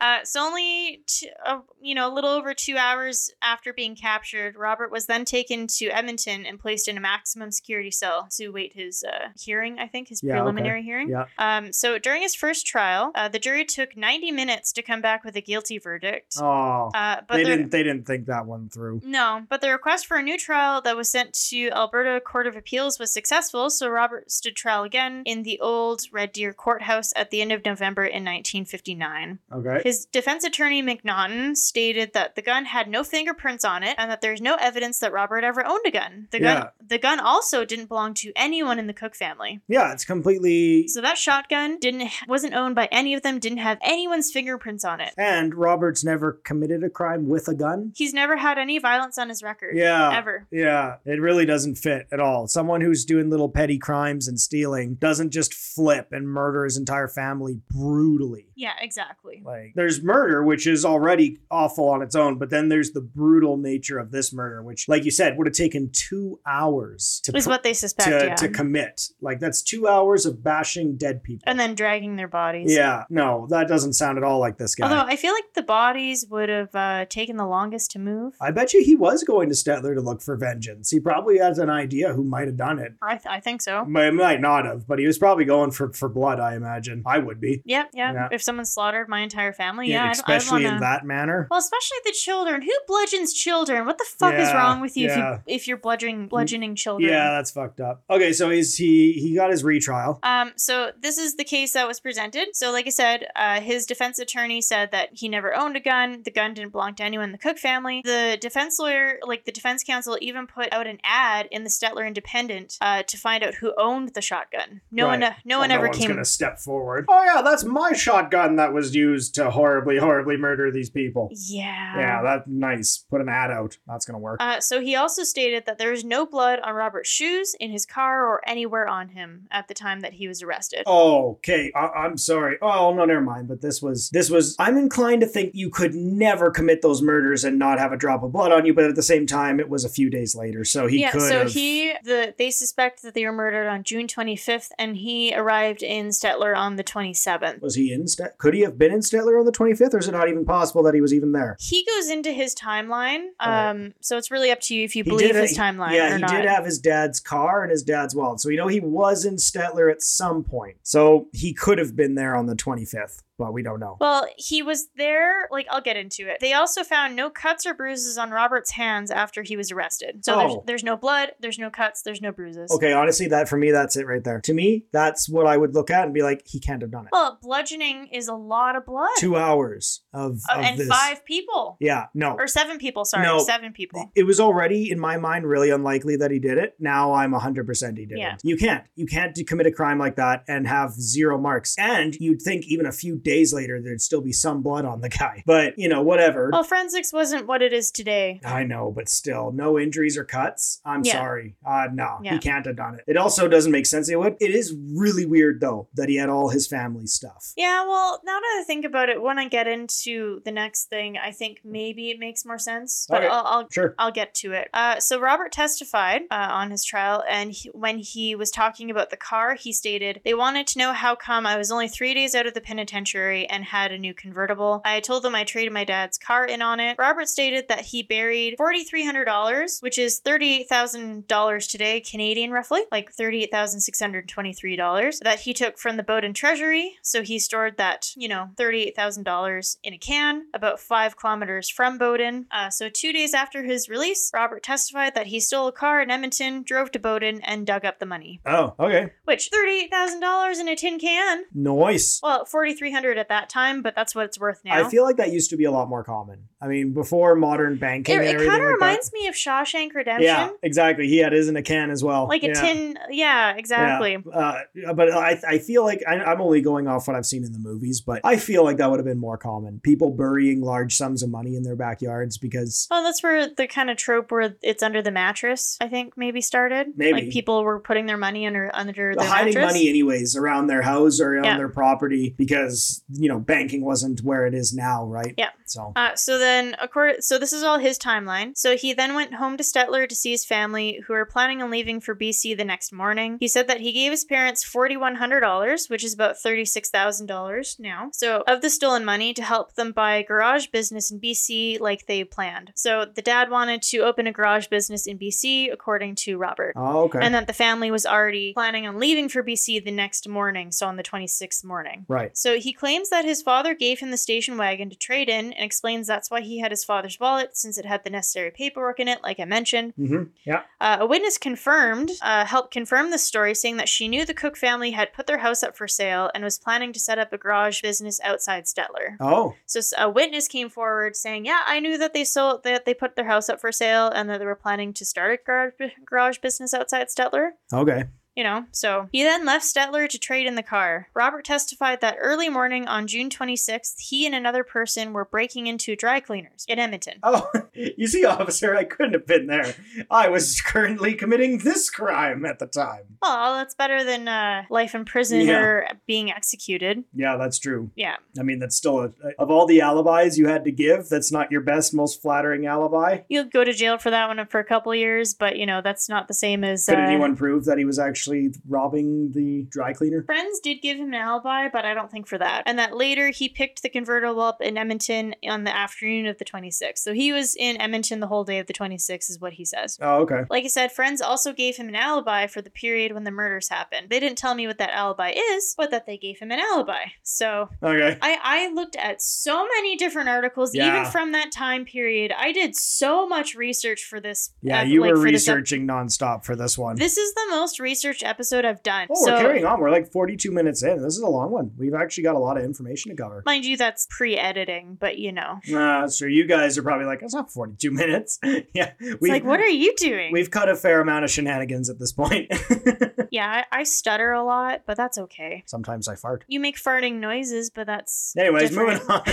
A: Uh, so only t- uh, you know a little over two hours after being captured, Robert was then taken to Edmonton and placed in a maximum security cell to wait his uh, hearing. I think his
B: Yeah, okay.
A: preliminary hearing.
B: Yeah.
A: Um, so during his first trial, uh, the jury took 90 minutes to come back with a guilty verdict.
B: Oh,
A: Uh, but
B: they
A: their-
B: didn't. They didn't think that one through.
A: no, but the request for a new trial that was sent to Alberta Court of Appeals was successful, so Robert stood trial again in the old Red Deer courthouse at the end of November in 1959.
B: Okay.
A: His defense attorney McNaughton stated that the gun had no fingerprints on it and that there's no evidence that Robert ever owned a gun. The gun
B: Yeah.
A: the gun also didn't belong to anyone in the Cook family.
B: Yeah, it's completely.
A: So that shotgun didn't wasn't owned by any of them, didn't have anyone's fingerprints on it.
B: And Roberts never committed a crime with a gun.
A: He's never had any violence on his record.
B: Yeah.
A: Ever.
B: Yeah, it really doesn't fit at all. Someone who's doing little petty crimes and stealing doesn't just flip and murder his entire family brutally.
A: Yeah, exactly.
B: Like, there's murder, which is already awful on its own, but then there's the brutal nature of this murder, which, like you said, would have taken two hours to
A: Is
B: pr-
A: what they suspect,
B: to,
A: yeah.
B: to commit. Like, that's two hours of bashing dead people.
A: and then dragging their bodies.
B: yeah, no, that doesn't sound at all like this guy.
A: Although I feel like the bodies would have uh, taken the longest to move.
B: I bet you he was going to Stettler to look for vengeance. He probably has an idea who might have done it.
A: I, th- I think so.
B: Might, might not have, but he was probably going for, for blood, I imagine. I would be.
A: Yep, yeah.
B: Yeah.
A: If someone slaughtered my entire family, yeah, I'd- I'd,
B: especially
A: wanna...
B: in that manner.
A: Well, especially the children. Who bludgeons children? What the fuck is
B: Yeah,
A: wrong with you
B: yeah. Mm,
A: if you if you're bludgeoning bludgeoning children?
B: Yeah, that's fucked up. Okay, so he's he he got his retrial.
A: Um, so this is the case that was presented. So, like I said, uh, his defense attorney said that he never owned a gun. The gun didn't belong to anyone in the Cook family. The defense lawyer, like the defense counsel, even put out an ad in the Stetler Independent uh, to find out who owned the shotgun. No one, uh,
B: Right.
A: no one
B: Well,
A: ever
B: one's
A: came.
B: gonna step forward. Oh yeah, that's my shotgun that was used to horribly, horribly murder these people.
A: Yeah.
B: Yeah, that's nice. Put an ad out. That's gonna work.
A: Uh, so he also stated that there was no blood on Robert's shoes, in his car, or anywhere on him at the time that he was arrested.
B: Oh, Okay, I- I'm sorry. Oh no, never mind. But this was this was. I'm inclined to think you could never commit those murders and not have a drop of blood on you. But at the same time, it was a few days later, so he
A: yeah,
B: could.
A: so
B: have-
A: he the they suspect that they were murdered on June 25th, and he arrived in Stettler on the 27th.
B: Was he in? Stet- could he have been in Stettler on the 25th, or is it not even possible that he was even there?
A: He goes into his timeline,
B: Right.
A: um, so it's really up to you if you
B: Oh. He
A: believe
B: did-
A: his timeline
B: Yeah,
A: or
B: he
A: not.
B: did have his dad's car and his dad's wallet, so we know he was in Stettler at some point. So he could have been there on the 25th, but we don't know.
A: well, he was there. Like, I'll get into it. They also found no cuts or bruises on Robert's hands after he was arrested. So there's,
B: Oh.
A: there's no blood, there's no cuts, there's no bruises.
B: Okay, honestly, that for me, that's it right there. To me, that's what I would look at and be like, he can't have done it.
A: Well, bludgeoning is a lot of blood.
B: Two hours of,
A: Uh,
B: of
A: and
B: this.
A: five people.
B: Yeah, no.
A: Or seven people, sorry.
B: No.
A: Seven people.
B: It was already in my mind really unlikely that he did it. Now I'm 100% he did
A: Yeah.
B: it. You can't. You can't commit a crime like that and have zero marks. And you'd think even a few days later there'd still be some blood on the guy. But, you know, whatever.
A: Well, forensics wasn't what it is today.
B: I know, but still, no injuries or cuts. I'm
A: Yeah.
B: sorry. Uh, no,
A: Yeah.
B: he can't have done it. It also doesn't make sense. It would. It is really weird though that he had all his family stuff.
A: Yeah, well, now that I think about it, when I get into the next thing, I think maybe it makes more sense. But
B: Okay.
A: I'll, I'll
B: Sure.
A: I'll get to it. Uh, so Robert testified uh, on his trial, and he, when he was talking about the car, he stated, "They wanted to know how come I was only three days out of the penitentiary and had a new convertible. I told them I traded my dad's car in on it." Robert stated that he buried forty three hundred dollars, which is thirty eight thousand dollars today, Canadian roughly, like thirty eight thousand six hundred twenty three dollars that he took from the Bowdoin Treasury. So he stored that, you know, thirty eight thousand dollars in a can, about five kilometers from Bowdoin. Uh, so two days after his release, Robert testified that he stole a car in Edmonton, drove to Bowdoin, and dug up the money.
B: Oh, okay.
A: Which thirty eight thousand dollars in a tin can?
B: Noise.
A: Well, forty three hundred 500 at that time, but that's what it's worth now.
B: I feel like that used to be a lot more common. I mean, before modern banking
A: it
B: and
A: it
B: everything
A: kind of
B: like
A: reminds me of Shawshank
B: that.
A: Redemption.
B: Yeah, exactly. He had his in a can as well.
A: Like a
B: yeah.
A: tin. Yeah, exactly.
B: Uh, but I, I feel like I, I'm only going off what I've seen in the movies, but I feel like that would have been more common. People burying large sums of money in their backyards because
A: Well, that's where the kind of trope where it's under the mattress, I think, maybe started.
B: Maybe.
A: like people were putting their money under under the
B: hiding
A: mattress.
B: money anyways around their house or on
A: Yeah.
B: their property because you know banking wasn't where it is now, right?
A: Yeah.
B: So
A: Uh, so then, according, so this is all his timeline. So he then went home to Stettler to see his family, who were planning on leaving for BC the next morning. He said that he gave his parents forty one hundred dollars, which is about thirty six thousand dollars now. So of the stolen money to help them buy a garage business in BC, like they planned. So the dad wanted to open a garage business in BC, according to Robert.
B: oh, okay.
A: And that the family was already planning on leaving for BC the next morning, so on the 26th morning.
B: right.
A: So he claims that his father gave him the station wagon to trade in and explains that's why he had his father's wallet since it had the necessary paperwork in it, like I mentioned.
B: hmm Yeah.
A: Uh, a witness confirmed, uh, helped confirm this story, saying that she knew the Cook family had put their house up for sale and was planning to set up a garage business outside Stettler.
B: Oh,
A: So s- a witness came forward saying, "Yeah, I knew that they sold that they put their house up for sale and that they were planning to start a garage garage business outside Stettler."
B: okay.
A: You know, so he then left Stettler to trade in the car. Robert testified that early morning on June 26th, he and another person were breaking into dry cleaners in Edmonton.
B: Oh, you see, officer, I couldn't have been there. I was currently committing this crime at the time.
A: Well, that's better than uh, life in prison
B: Yeah.
A: or being executed.
B: Yeah, that's true.
A: Yeah.
B: I mean, that's still a, of all the alibis you had to give. That's not your best, most flattering alibi.
A: You'll go to jail for that one for a couple years, but you know, that's not the same as.
B: Could
A: uh,
B: anyone prove that he was actually robbing the dry cleaner?
A: Friends did give him an alibi, but I don't think for that. And that later he picked the convertible up in Edmonton on the afternoon of the 26th. So he was in Edmonton the whole day of the 26th, is what he says.
B: Oh, okay.
A: Like I said, friends also gave him an alibi for the period when the murders happened. They didn't tell me what that alibi is, but that they gave him an alibi. So
B: Okay.
A: I, I looked at so many different articles,
B: Yeah.
A: even from that time period. I did so much research for this.
B: Yeah,
A: ep-
B: you
A: like,
B: were
A: for this ep-
B: researching nonstop for this one.
A: This, is the most research episode I've done.
B: oh,
A: so,
B: we're carrying on. We're like 42 minutes in. This is a long one. We've actually got a lot of information to cover.
A: mind you, that's pre-editing, but you know,
B: Uh, so you guys are probably like, that's not 42 minutes. yeah.
A: it's like, what are you doing?
B: We've cut a fair amount of shenanigans at this point.
A: yeah, I, I stutter a lot, but that's okay.
B: Sometimes I fart.
A: You make farting noises, but that's
B: Anyways,
A: different.
B: moving on.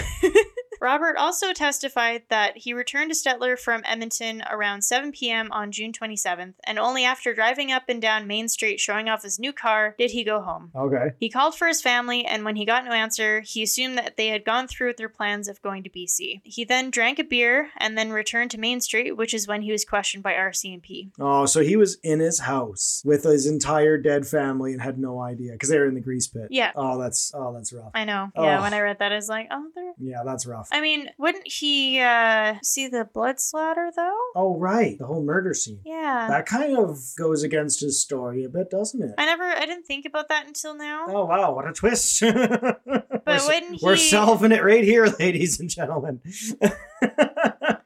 A: Robert also testified that he returned to Stettler from Edmonton around 7 p.m. on June 27th, and only after driving up and down Main Street showing off his new car did he go home.
B: Okay.
A: He called for his family, and when he got no answer, he assumed that they had gone through with their plans of going to BC. He then drank a beer and then returned to Main Street, which is when he was questioned by RCMP.
B: Oh, so he was in his house with his entire dead family and had no idea because they were in the grease pit.
A: Yeah.
B: Oh, that's oh, that's rough.
A: I know. Yeah,
B: Ugh.
A: when I read that, I was like, oh, they're.
B: Yeah, that's rough.
A: I mean, wouldn't he uh, see the blood splatter though?
B: Oh, right. The whole murder scene.
A: Yeah.
B: That kind of goes against his story a bit, doesn't it?
A: I never, I didn't think about that until now.
B: Oh wow, what a twist! but we're, s-
A: wouldn't
B: we're
A: he-
B: solving it right here, ladies and gentlemen.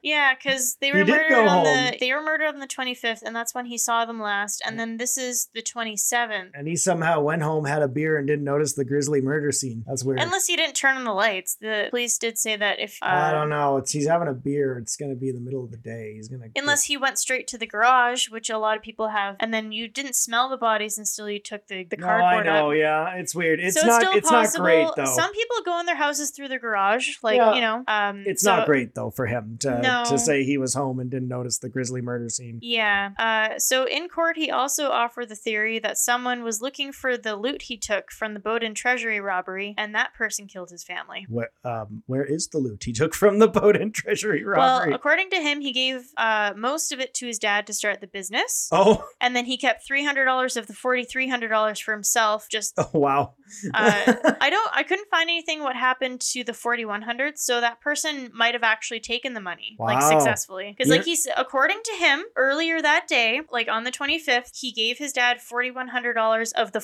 A: Yeah, because they
B: He
A: were
B: did
A: murdered
B: go
A: on
B: home.
A: the they were murdered on the twenty fifth, and that's when he saw them last. And then this is the twenty seventh.
B: and he somehow went home, had a beer, and didn't notice the grisly murder scene. That's weird. Oh,
A: Unless he didn't turn on the lights, the police did say that if uh,
B: I don't know. It's he's having a beer. It's gonna be the middle of the day. He's gonna
A: Unless he went straight to the garage, which a lot of people have, and then you didn't smell the bodies and still you took the, the
B: No, I
A: cardboard
B: know.
A: up.
B: Yeah, it's weird. It's
A: so
B: not.
A: it's still
B: It's not
A: possible.
B: great though.
A: Some people go in their houses through the garage, like
B: Yeah.
A: you know. Um,
B: it's
A: so-
B: not great though for him to
A: No.
B: to say he was home and didn't notice the grisly murder scene.
A: Yeah. Uh, so in court, he also offered the theory that someone was looking for the loot he took from the Bowdoin Treasury robbery, and that person killed his family.
B: What? Um, where is the loot he took from the boat and treasury robbery?
A: Well, uh according to him, he gave uh, most of it to his dad to start the business,
B: oh,
A: and then he kept three hundred dollars of the forty three hundred dollars for himself. Just
B: oh, wow.
A: uh, I don't, I couldn't find anything what happened to the forty one hundred. So that person might have actually taken the money. like
B: Wow.
A: successfully. Because like
B: You're-
A: he's according to him, earlier that day, like on the 25th, he gave his dad $4,100 of the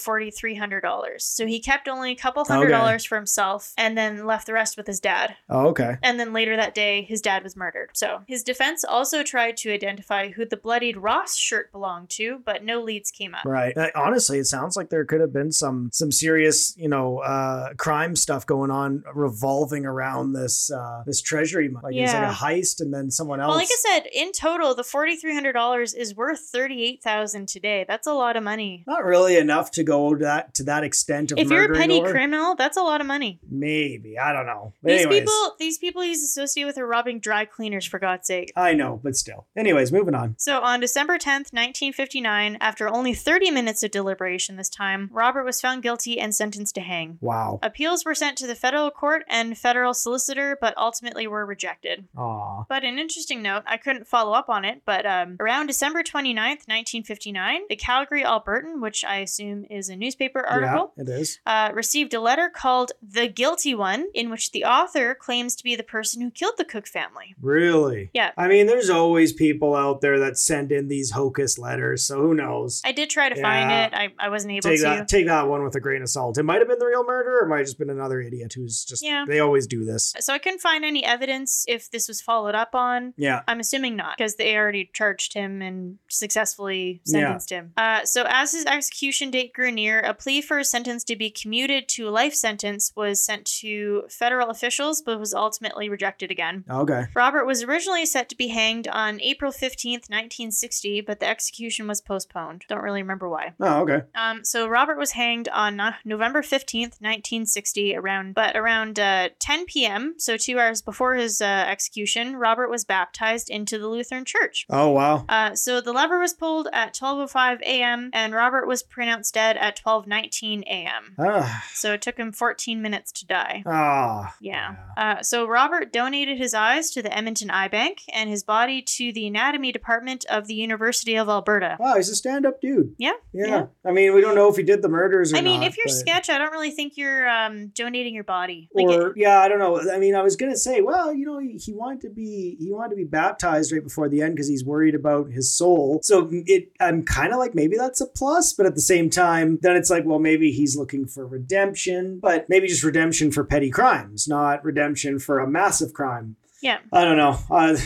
A: $4,300. So he kept only a couple hundred
B: Okay.
A: dollars for himself and then left the rest with his dad.
B: Oh, okay.
A: And then later that day, his dad was murdered. So his defense also tried to identify who the bloodied Ross shirt belonged to, but no leads came up.
B: Right. Uh, honestly, it sounds like there could have been some some serious, you know, uh, crime stuff going on revolving around this uh, this treasury. mon- Like it's like
A: Yeah.
B: a heist, and then someone else.
A: Well, like I said, in total, the forty three hundred dollars is worth thirty eight thousand today. That's a lot of money.
B: not really enough to go to that to that extent of
A: If you're a
B: murdering
A: petty
B: over.
A: criminal, that's a lot of money.
B: Maybe I don't know. But
A: These
B: anyways,
A: people, these people he's associated with are robbing dry cleaners for God's sake.
B: I know, but still. Anyways, moving on.
A: So on December 10th, 1959, after only 30 minutes of deliberation this time, Robert was found guilty and sentenced to hang.
B: Wow.
A: Appeals were sent to the federal court and federal solicitor, but ultimately were rejected.
B: Aw.
A: But an interesting note, I couldn't follow up on it, but um, around December 29th, 1959, the Calgary Albertan, which I assume is a newspaper article,
B: Yeah, it is.
A: uh, received a letter called The Guilty One, in which the author claims to be the person who killed the Cook family.
B: Really?
A: Yeah.
B: I mean, there's always people out there that send in these hocus letters, so who knows?
A: I did try to
B: Yeah.
A: find it, I, I wasn't able
B: Take
A: to.
B: that, take that one with a grain of salt. It might have been the real murderer, or it might have just been another idiot who's just.
A: Yeah.
B: They always do this.
A: So I couldn't find any evidence if this was followed up on.
B: Yeah.
A: I'm assuming not, because they already charged him and successfully sentenced him. Uh, so, as his execution date grew near, a plea for his sentence to be commuted to a life sentence was sent to federal officials, but was ultimately rejected again.
B: Okay.
A: Robert was originally set to be hanged on April 15th, 1960, but the execution was postponed. Don't really remember why.
B: Oh, okay.
A: Um, so Robert was hanged on no- November 15th, 1960, around but around uh, 10 p.m., so 2 hours before his uh, execution, Robert was baptized into the Lutheran Church.
B: Oh, wow.
A: Uh, so the lever was pulled at 12:05 a.m. and Robert was pronounced dead at 12:19 a.m.
B: Ah.
A: So it took him 14 minutes to die.
B: Ah.
A: Yeah. Uh, so Robert donated his eyes to the Edmonton Eye Bank and his body to the anatomy department of the University of Alberta.
B: Wow, he's a stand-up dude.
A: Yeah,
B: Yeah.
A: yeah.
B: I mean, we don't know if he did the murders or
A: I mean,
B: not,
A: if you're
B: but-
A: sketch, I don't really think you're um, donating your body. Like,
B: Or
A: it,
B: yeah, I don't know. I mean, I was gonna say, well, you know, he, he wanted to be he wanted to be baptized right before the end because he's worried about his soul. So it, I'm kind of like maybe that's a plus, but at the same time, then it's like, well, maybe he's looking for redemption, but maybe just redemption for petty crimes, not redemption for a massive crime.
A: yeah,
B: I don't know. Uh,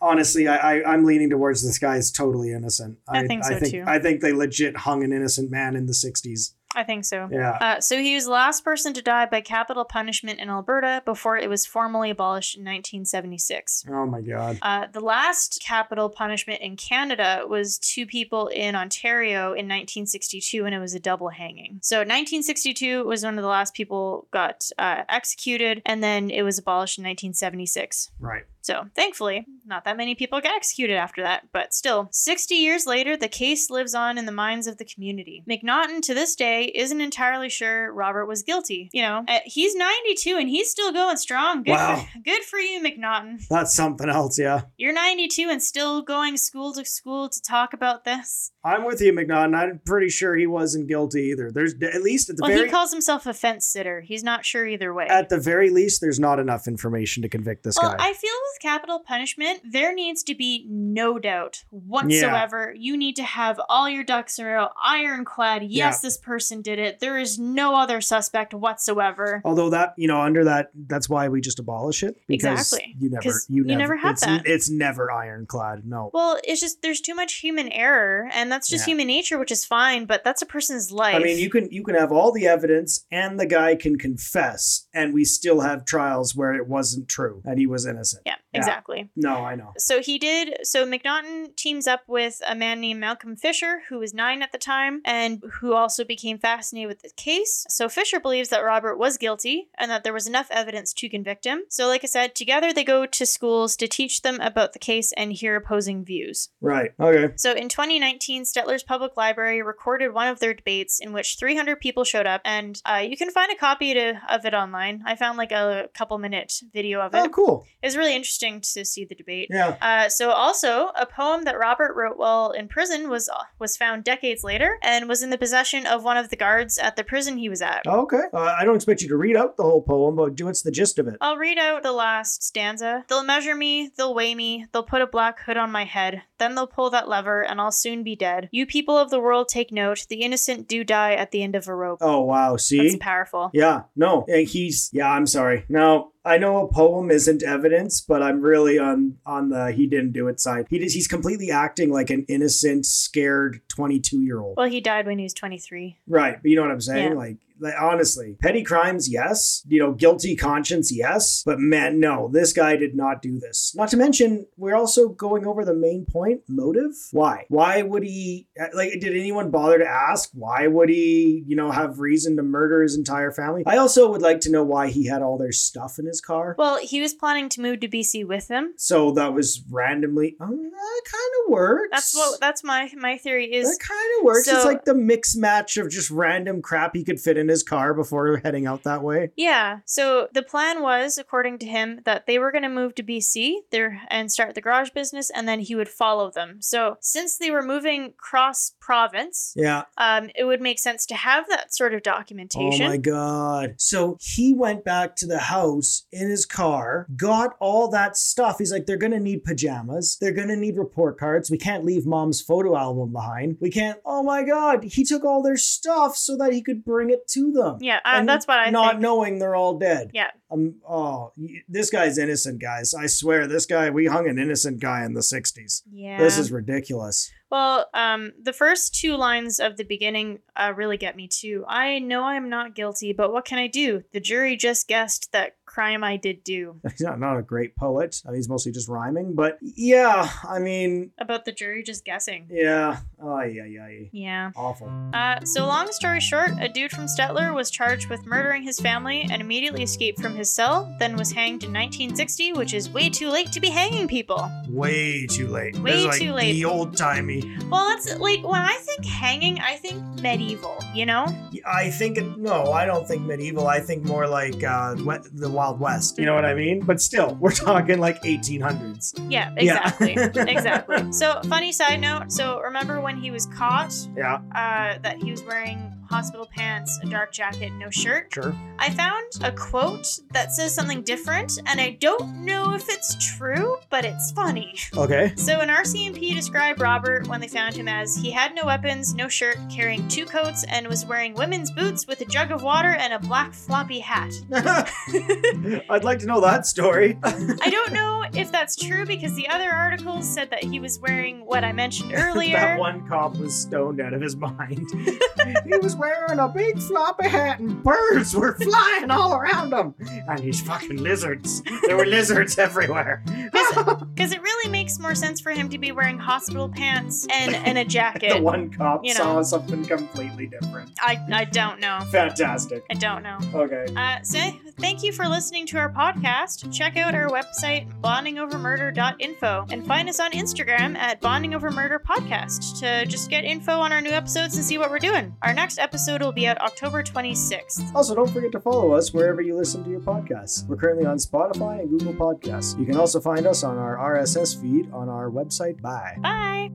B: honestly, I, I I'm leaning towards this guy is totally innocent.
A: I think so,
B: I think,
A: too.
B: I think they legit hung an innocent man in the '60s.
A: I think so.
B: Yeah.
A: Uh, so he was the last person to die by capital punishment in Alberta before it was formally abolished in 1976.
B: Oh my god.
A: Uh, the last capital punishment in Canada was two people in Ontario in 1962, and it was a double hanging. So 1962 was one of the last people got uh, executed, and then it was abolished in 1976.
B: Right.
A: So, thankfully, not that many people got executed after that, but still, 60 years later, the case lives on in the minds of the community. McNaughton, to this day, isn't entirely sure Robert was guilty. You know, uh, he's 92 and he's still going strong. Good,
B: Wow.
A: for, good for you, McNaughton.
B: That's something else. Yeah.
A: You're 92 and still going school to school to talk about this.
B: I'm with you, McNaughton. I'm pretty sure he wasn't guilty either. There's at least at the
A: well,
B: very
A: he calls himself a fence sitter. He's not sure either way.
B: at the very least, there's not enough information to convict this
A: well,
B: guy.
A: I feel with capital punishment, there needs to be no doubt whatsoever. You need to have all your ducks in a row, ironclad. Yes, this person did it. There is no other suspect whatsoever.
B: Although that you know under that that's why we just abolish it because
A: Exactly.
B: you never
A: 'Cause
B: you
A: you
B: never,
A: never have
B: it's,
A: that.
B: it's never ironclad. No.
A: Well, it's just there's too much human error, and that's just
B: Yeah.
A: human nature, which is fine, but that's a person's life.
B: I mean, you can you can have all the evidence and the guy can confess, and we still have trials where it wasn't true and he was innocent.
A: yeah, exactly.
B: No, I know.
A: So he did. So McNaughton teams up with a man named Malcolm Fisher, who was nine at the time and who also became fascinated with the case. So Fisher believes that Robert was guilty and that there was enough evidence to convict him. So, like I said, together they go to schools to teach them about the case and hear opposing views.
B: Right. Okay.
A: So in 2019, Stetler's Public Library recorded one of their debates in which 300 people showed up, and uh, you can find a copy to, of it online. I found like a couple minute video of it.
B: Oh, cool.
A: It was really interesting to see the debate.
B: Yeah.
A: Uh, so also a poem that Robert wrote while in prison was uh, was found decades later and was in the possession of one of the guards at the prison he was at.
B: Okay. Uh, I don't expect you to read out the whole poem, but what's the gist of it?
A: I'll read out the last stanza. They'll measure me, they'll weigh me, they'll put a black hood on my head. Then they'll pull that lever, and I'll soon be dead. You people of the world take note, the innocent do die at the end of a rope.
B: Oh, wow.
A: That's
B: See?
A: powerful.
B: Yeah. No. Eh, He's, yeah, I'm sorry. No. I know a poem isn't evidence, but I'm really on on the he didn't do it side. He does, he's completely acting like an innocent, scared 22 year old.
A: Well, he died when he was 23.
B: Right. But you know what I'm saying?
A: Yeah.
B: Like, like, honestly, petty crimes, yes. You know, guilty conscience, yes. But man, no, this guy did not do this. Not to mention, we're also going over the main point motive. Why? Why would he, uh, like, did anyone bother to ask? Why would he, you know, have reason to murder his entire family? I also would like to know why he had all their stuff in his car.
A: Well, he was planning to move to BC with them.
B: So that was randomly, oh, that kind of works.
A: That's what. That's my my theory
B: That
A: is.
B: kind of works. it's
A: So-
B: like the mix match of just random crap he could fit in his car before heading out that way.
A: Yeah. So the plan was, according to him, that they were going to move to BC there and start the garage business, and then he would follow them. So since they were moving cross province,
B: Yeah.
A: um, it would make sense to have that sort of documentation.
B: Oh my god. So he went back to the house in his car, got all that stuff. He's like, they're gonna need pajamas. They're gonna need report cards. We can't leave mom's photo album behind. We can't. Oh my god. He took all their stuff so that he could bring it to them.
A: yeah, uh,
B: And
A: that's what I
B: Not
A: think.
B: knowing they're all dead.
A: Yeah.
B: Um. Oh, y- this guy's innocent, guys. I swear, this guy. We hung an innocent guy in the '60s.
A: yeah.
B: This is ridiculous.
A: well, um, the first two lines of the beginning uh, really get me too. I know I'm not guilty, but what can I do? The jury just guessed that crime I did do.
B: He's not, not a great poet. I mean, he's mostly just rhyming, but yeah, I mean,
A: About the jury just guessing.
B: yeah. Oh, yeah, yeah, yeah.
A: Yeah.
B: Awful.
A: Uh, so, long story short, a dude from Stetler was charged with murdering his family and immediately escaped from his cell, then was hanged in 1960, which is way too late to be hanging people.
B: Way too late.
A: Way
B: This is like
A: too late.
B: The old timey.
A: Well, that's like when I think hanging, I think medieval, you know?
B: I think it, no, I don't think medieval. I think more like uh, we- the Wild West. You know what I mean? But still, we're talking like 1800s.
A: Yeah,
B: Yeah.
A: exactly. exactly. So, funny side note so, remember when he was caught
B: Yeah,
A: uh, that he was wearing hospital pants, a dark jacket, no shirt?
B: sure.
A: I found a quote that says something different, and I don't know if it's true, but it's funny.
B: Okay.
A: So an RCMP described Robert when they found him as he had no weapons, no shirt, carrying two coats, and was wearing women's boots with a jug of water and a black floppy hat.
B: I'd like to know that story.
A: I don't know if that's true because the other articles said that he was wearing what I mentioned
B: that
A: earlier.
B: one cop was stoned out of his mind. he was wearing a big floppy hat and birds were flying all around him. And these fucking lizards. There were lizards everywhere.
A: Because it really makes more sense for him to be wearing hospital pants and, and a
B: the
A: jacket.
B: one cop
A: You
B: saw
A: know.
B: something completely different.
A: I, I don't know.
B: Fantastic.
A: I don't know.
B: Okay.
A: Uh, so, thank you for listening to our podcast. Check out our website, bondingovermurder.info, and find us on Instagram at bondingovermurderpodcast to just get info on our new episodes and see what we're doing. Our next episode will be out October 26th.
B: Also, don't forget to follow us wherever you listen to your podcasts. We're currently on Spotify and Google Podcasts. You can also find us on our RSS feed on our website. Bye.
A: Bye!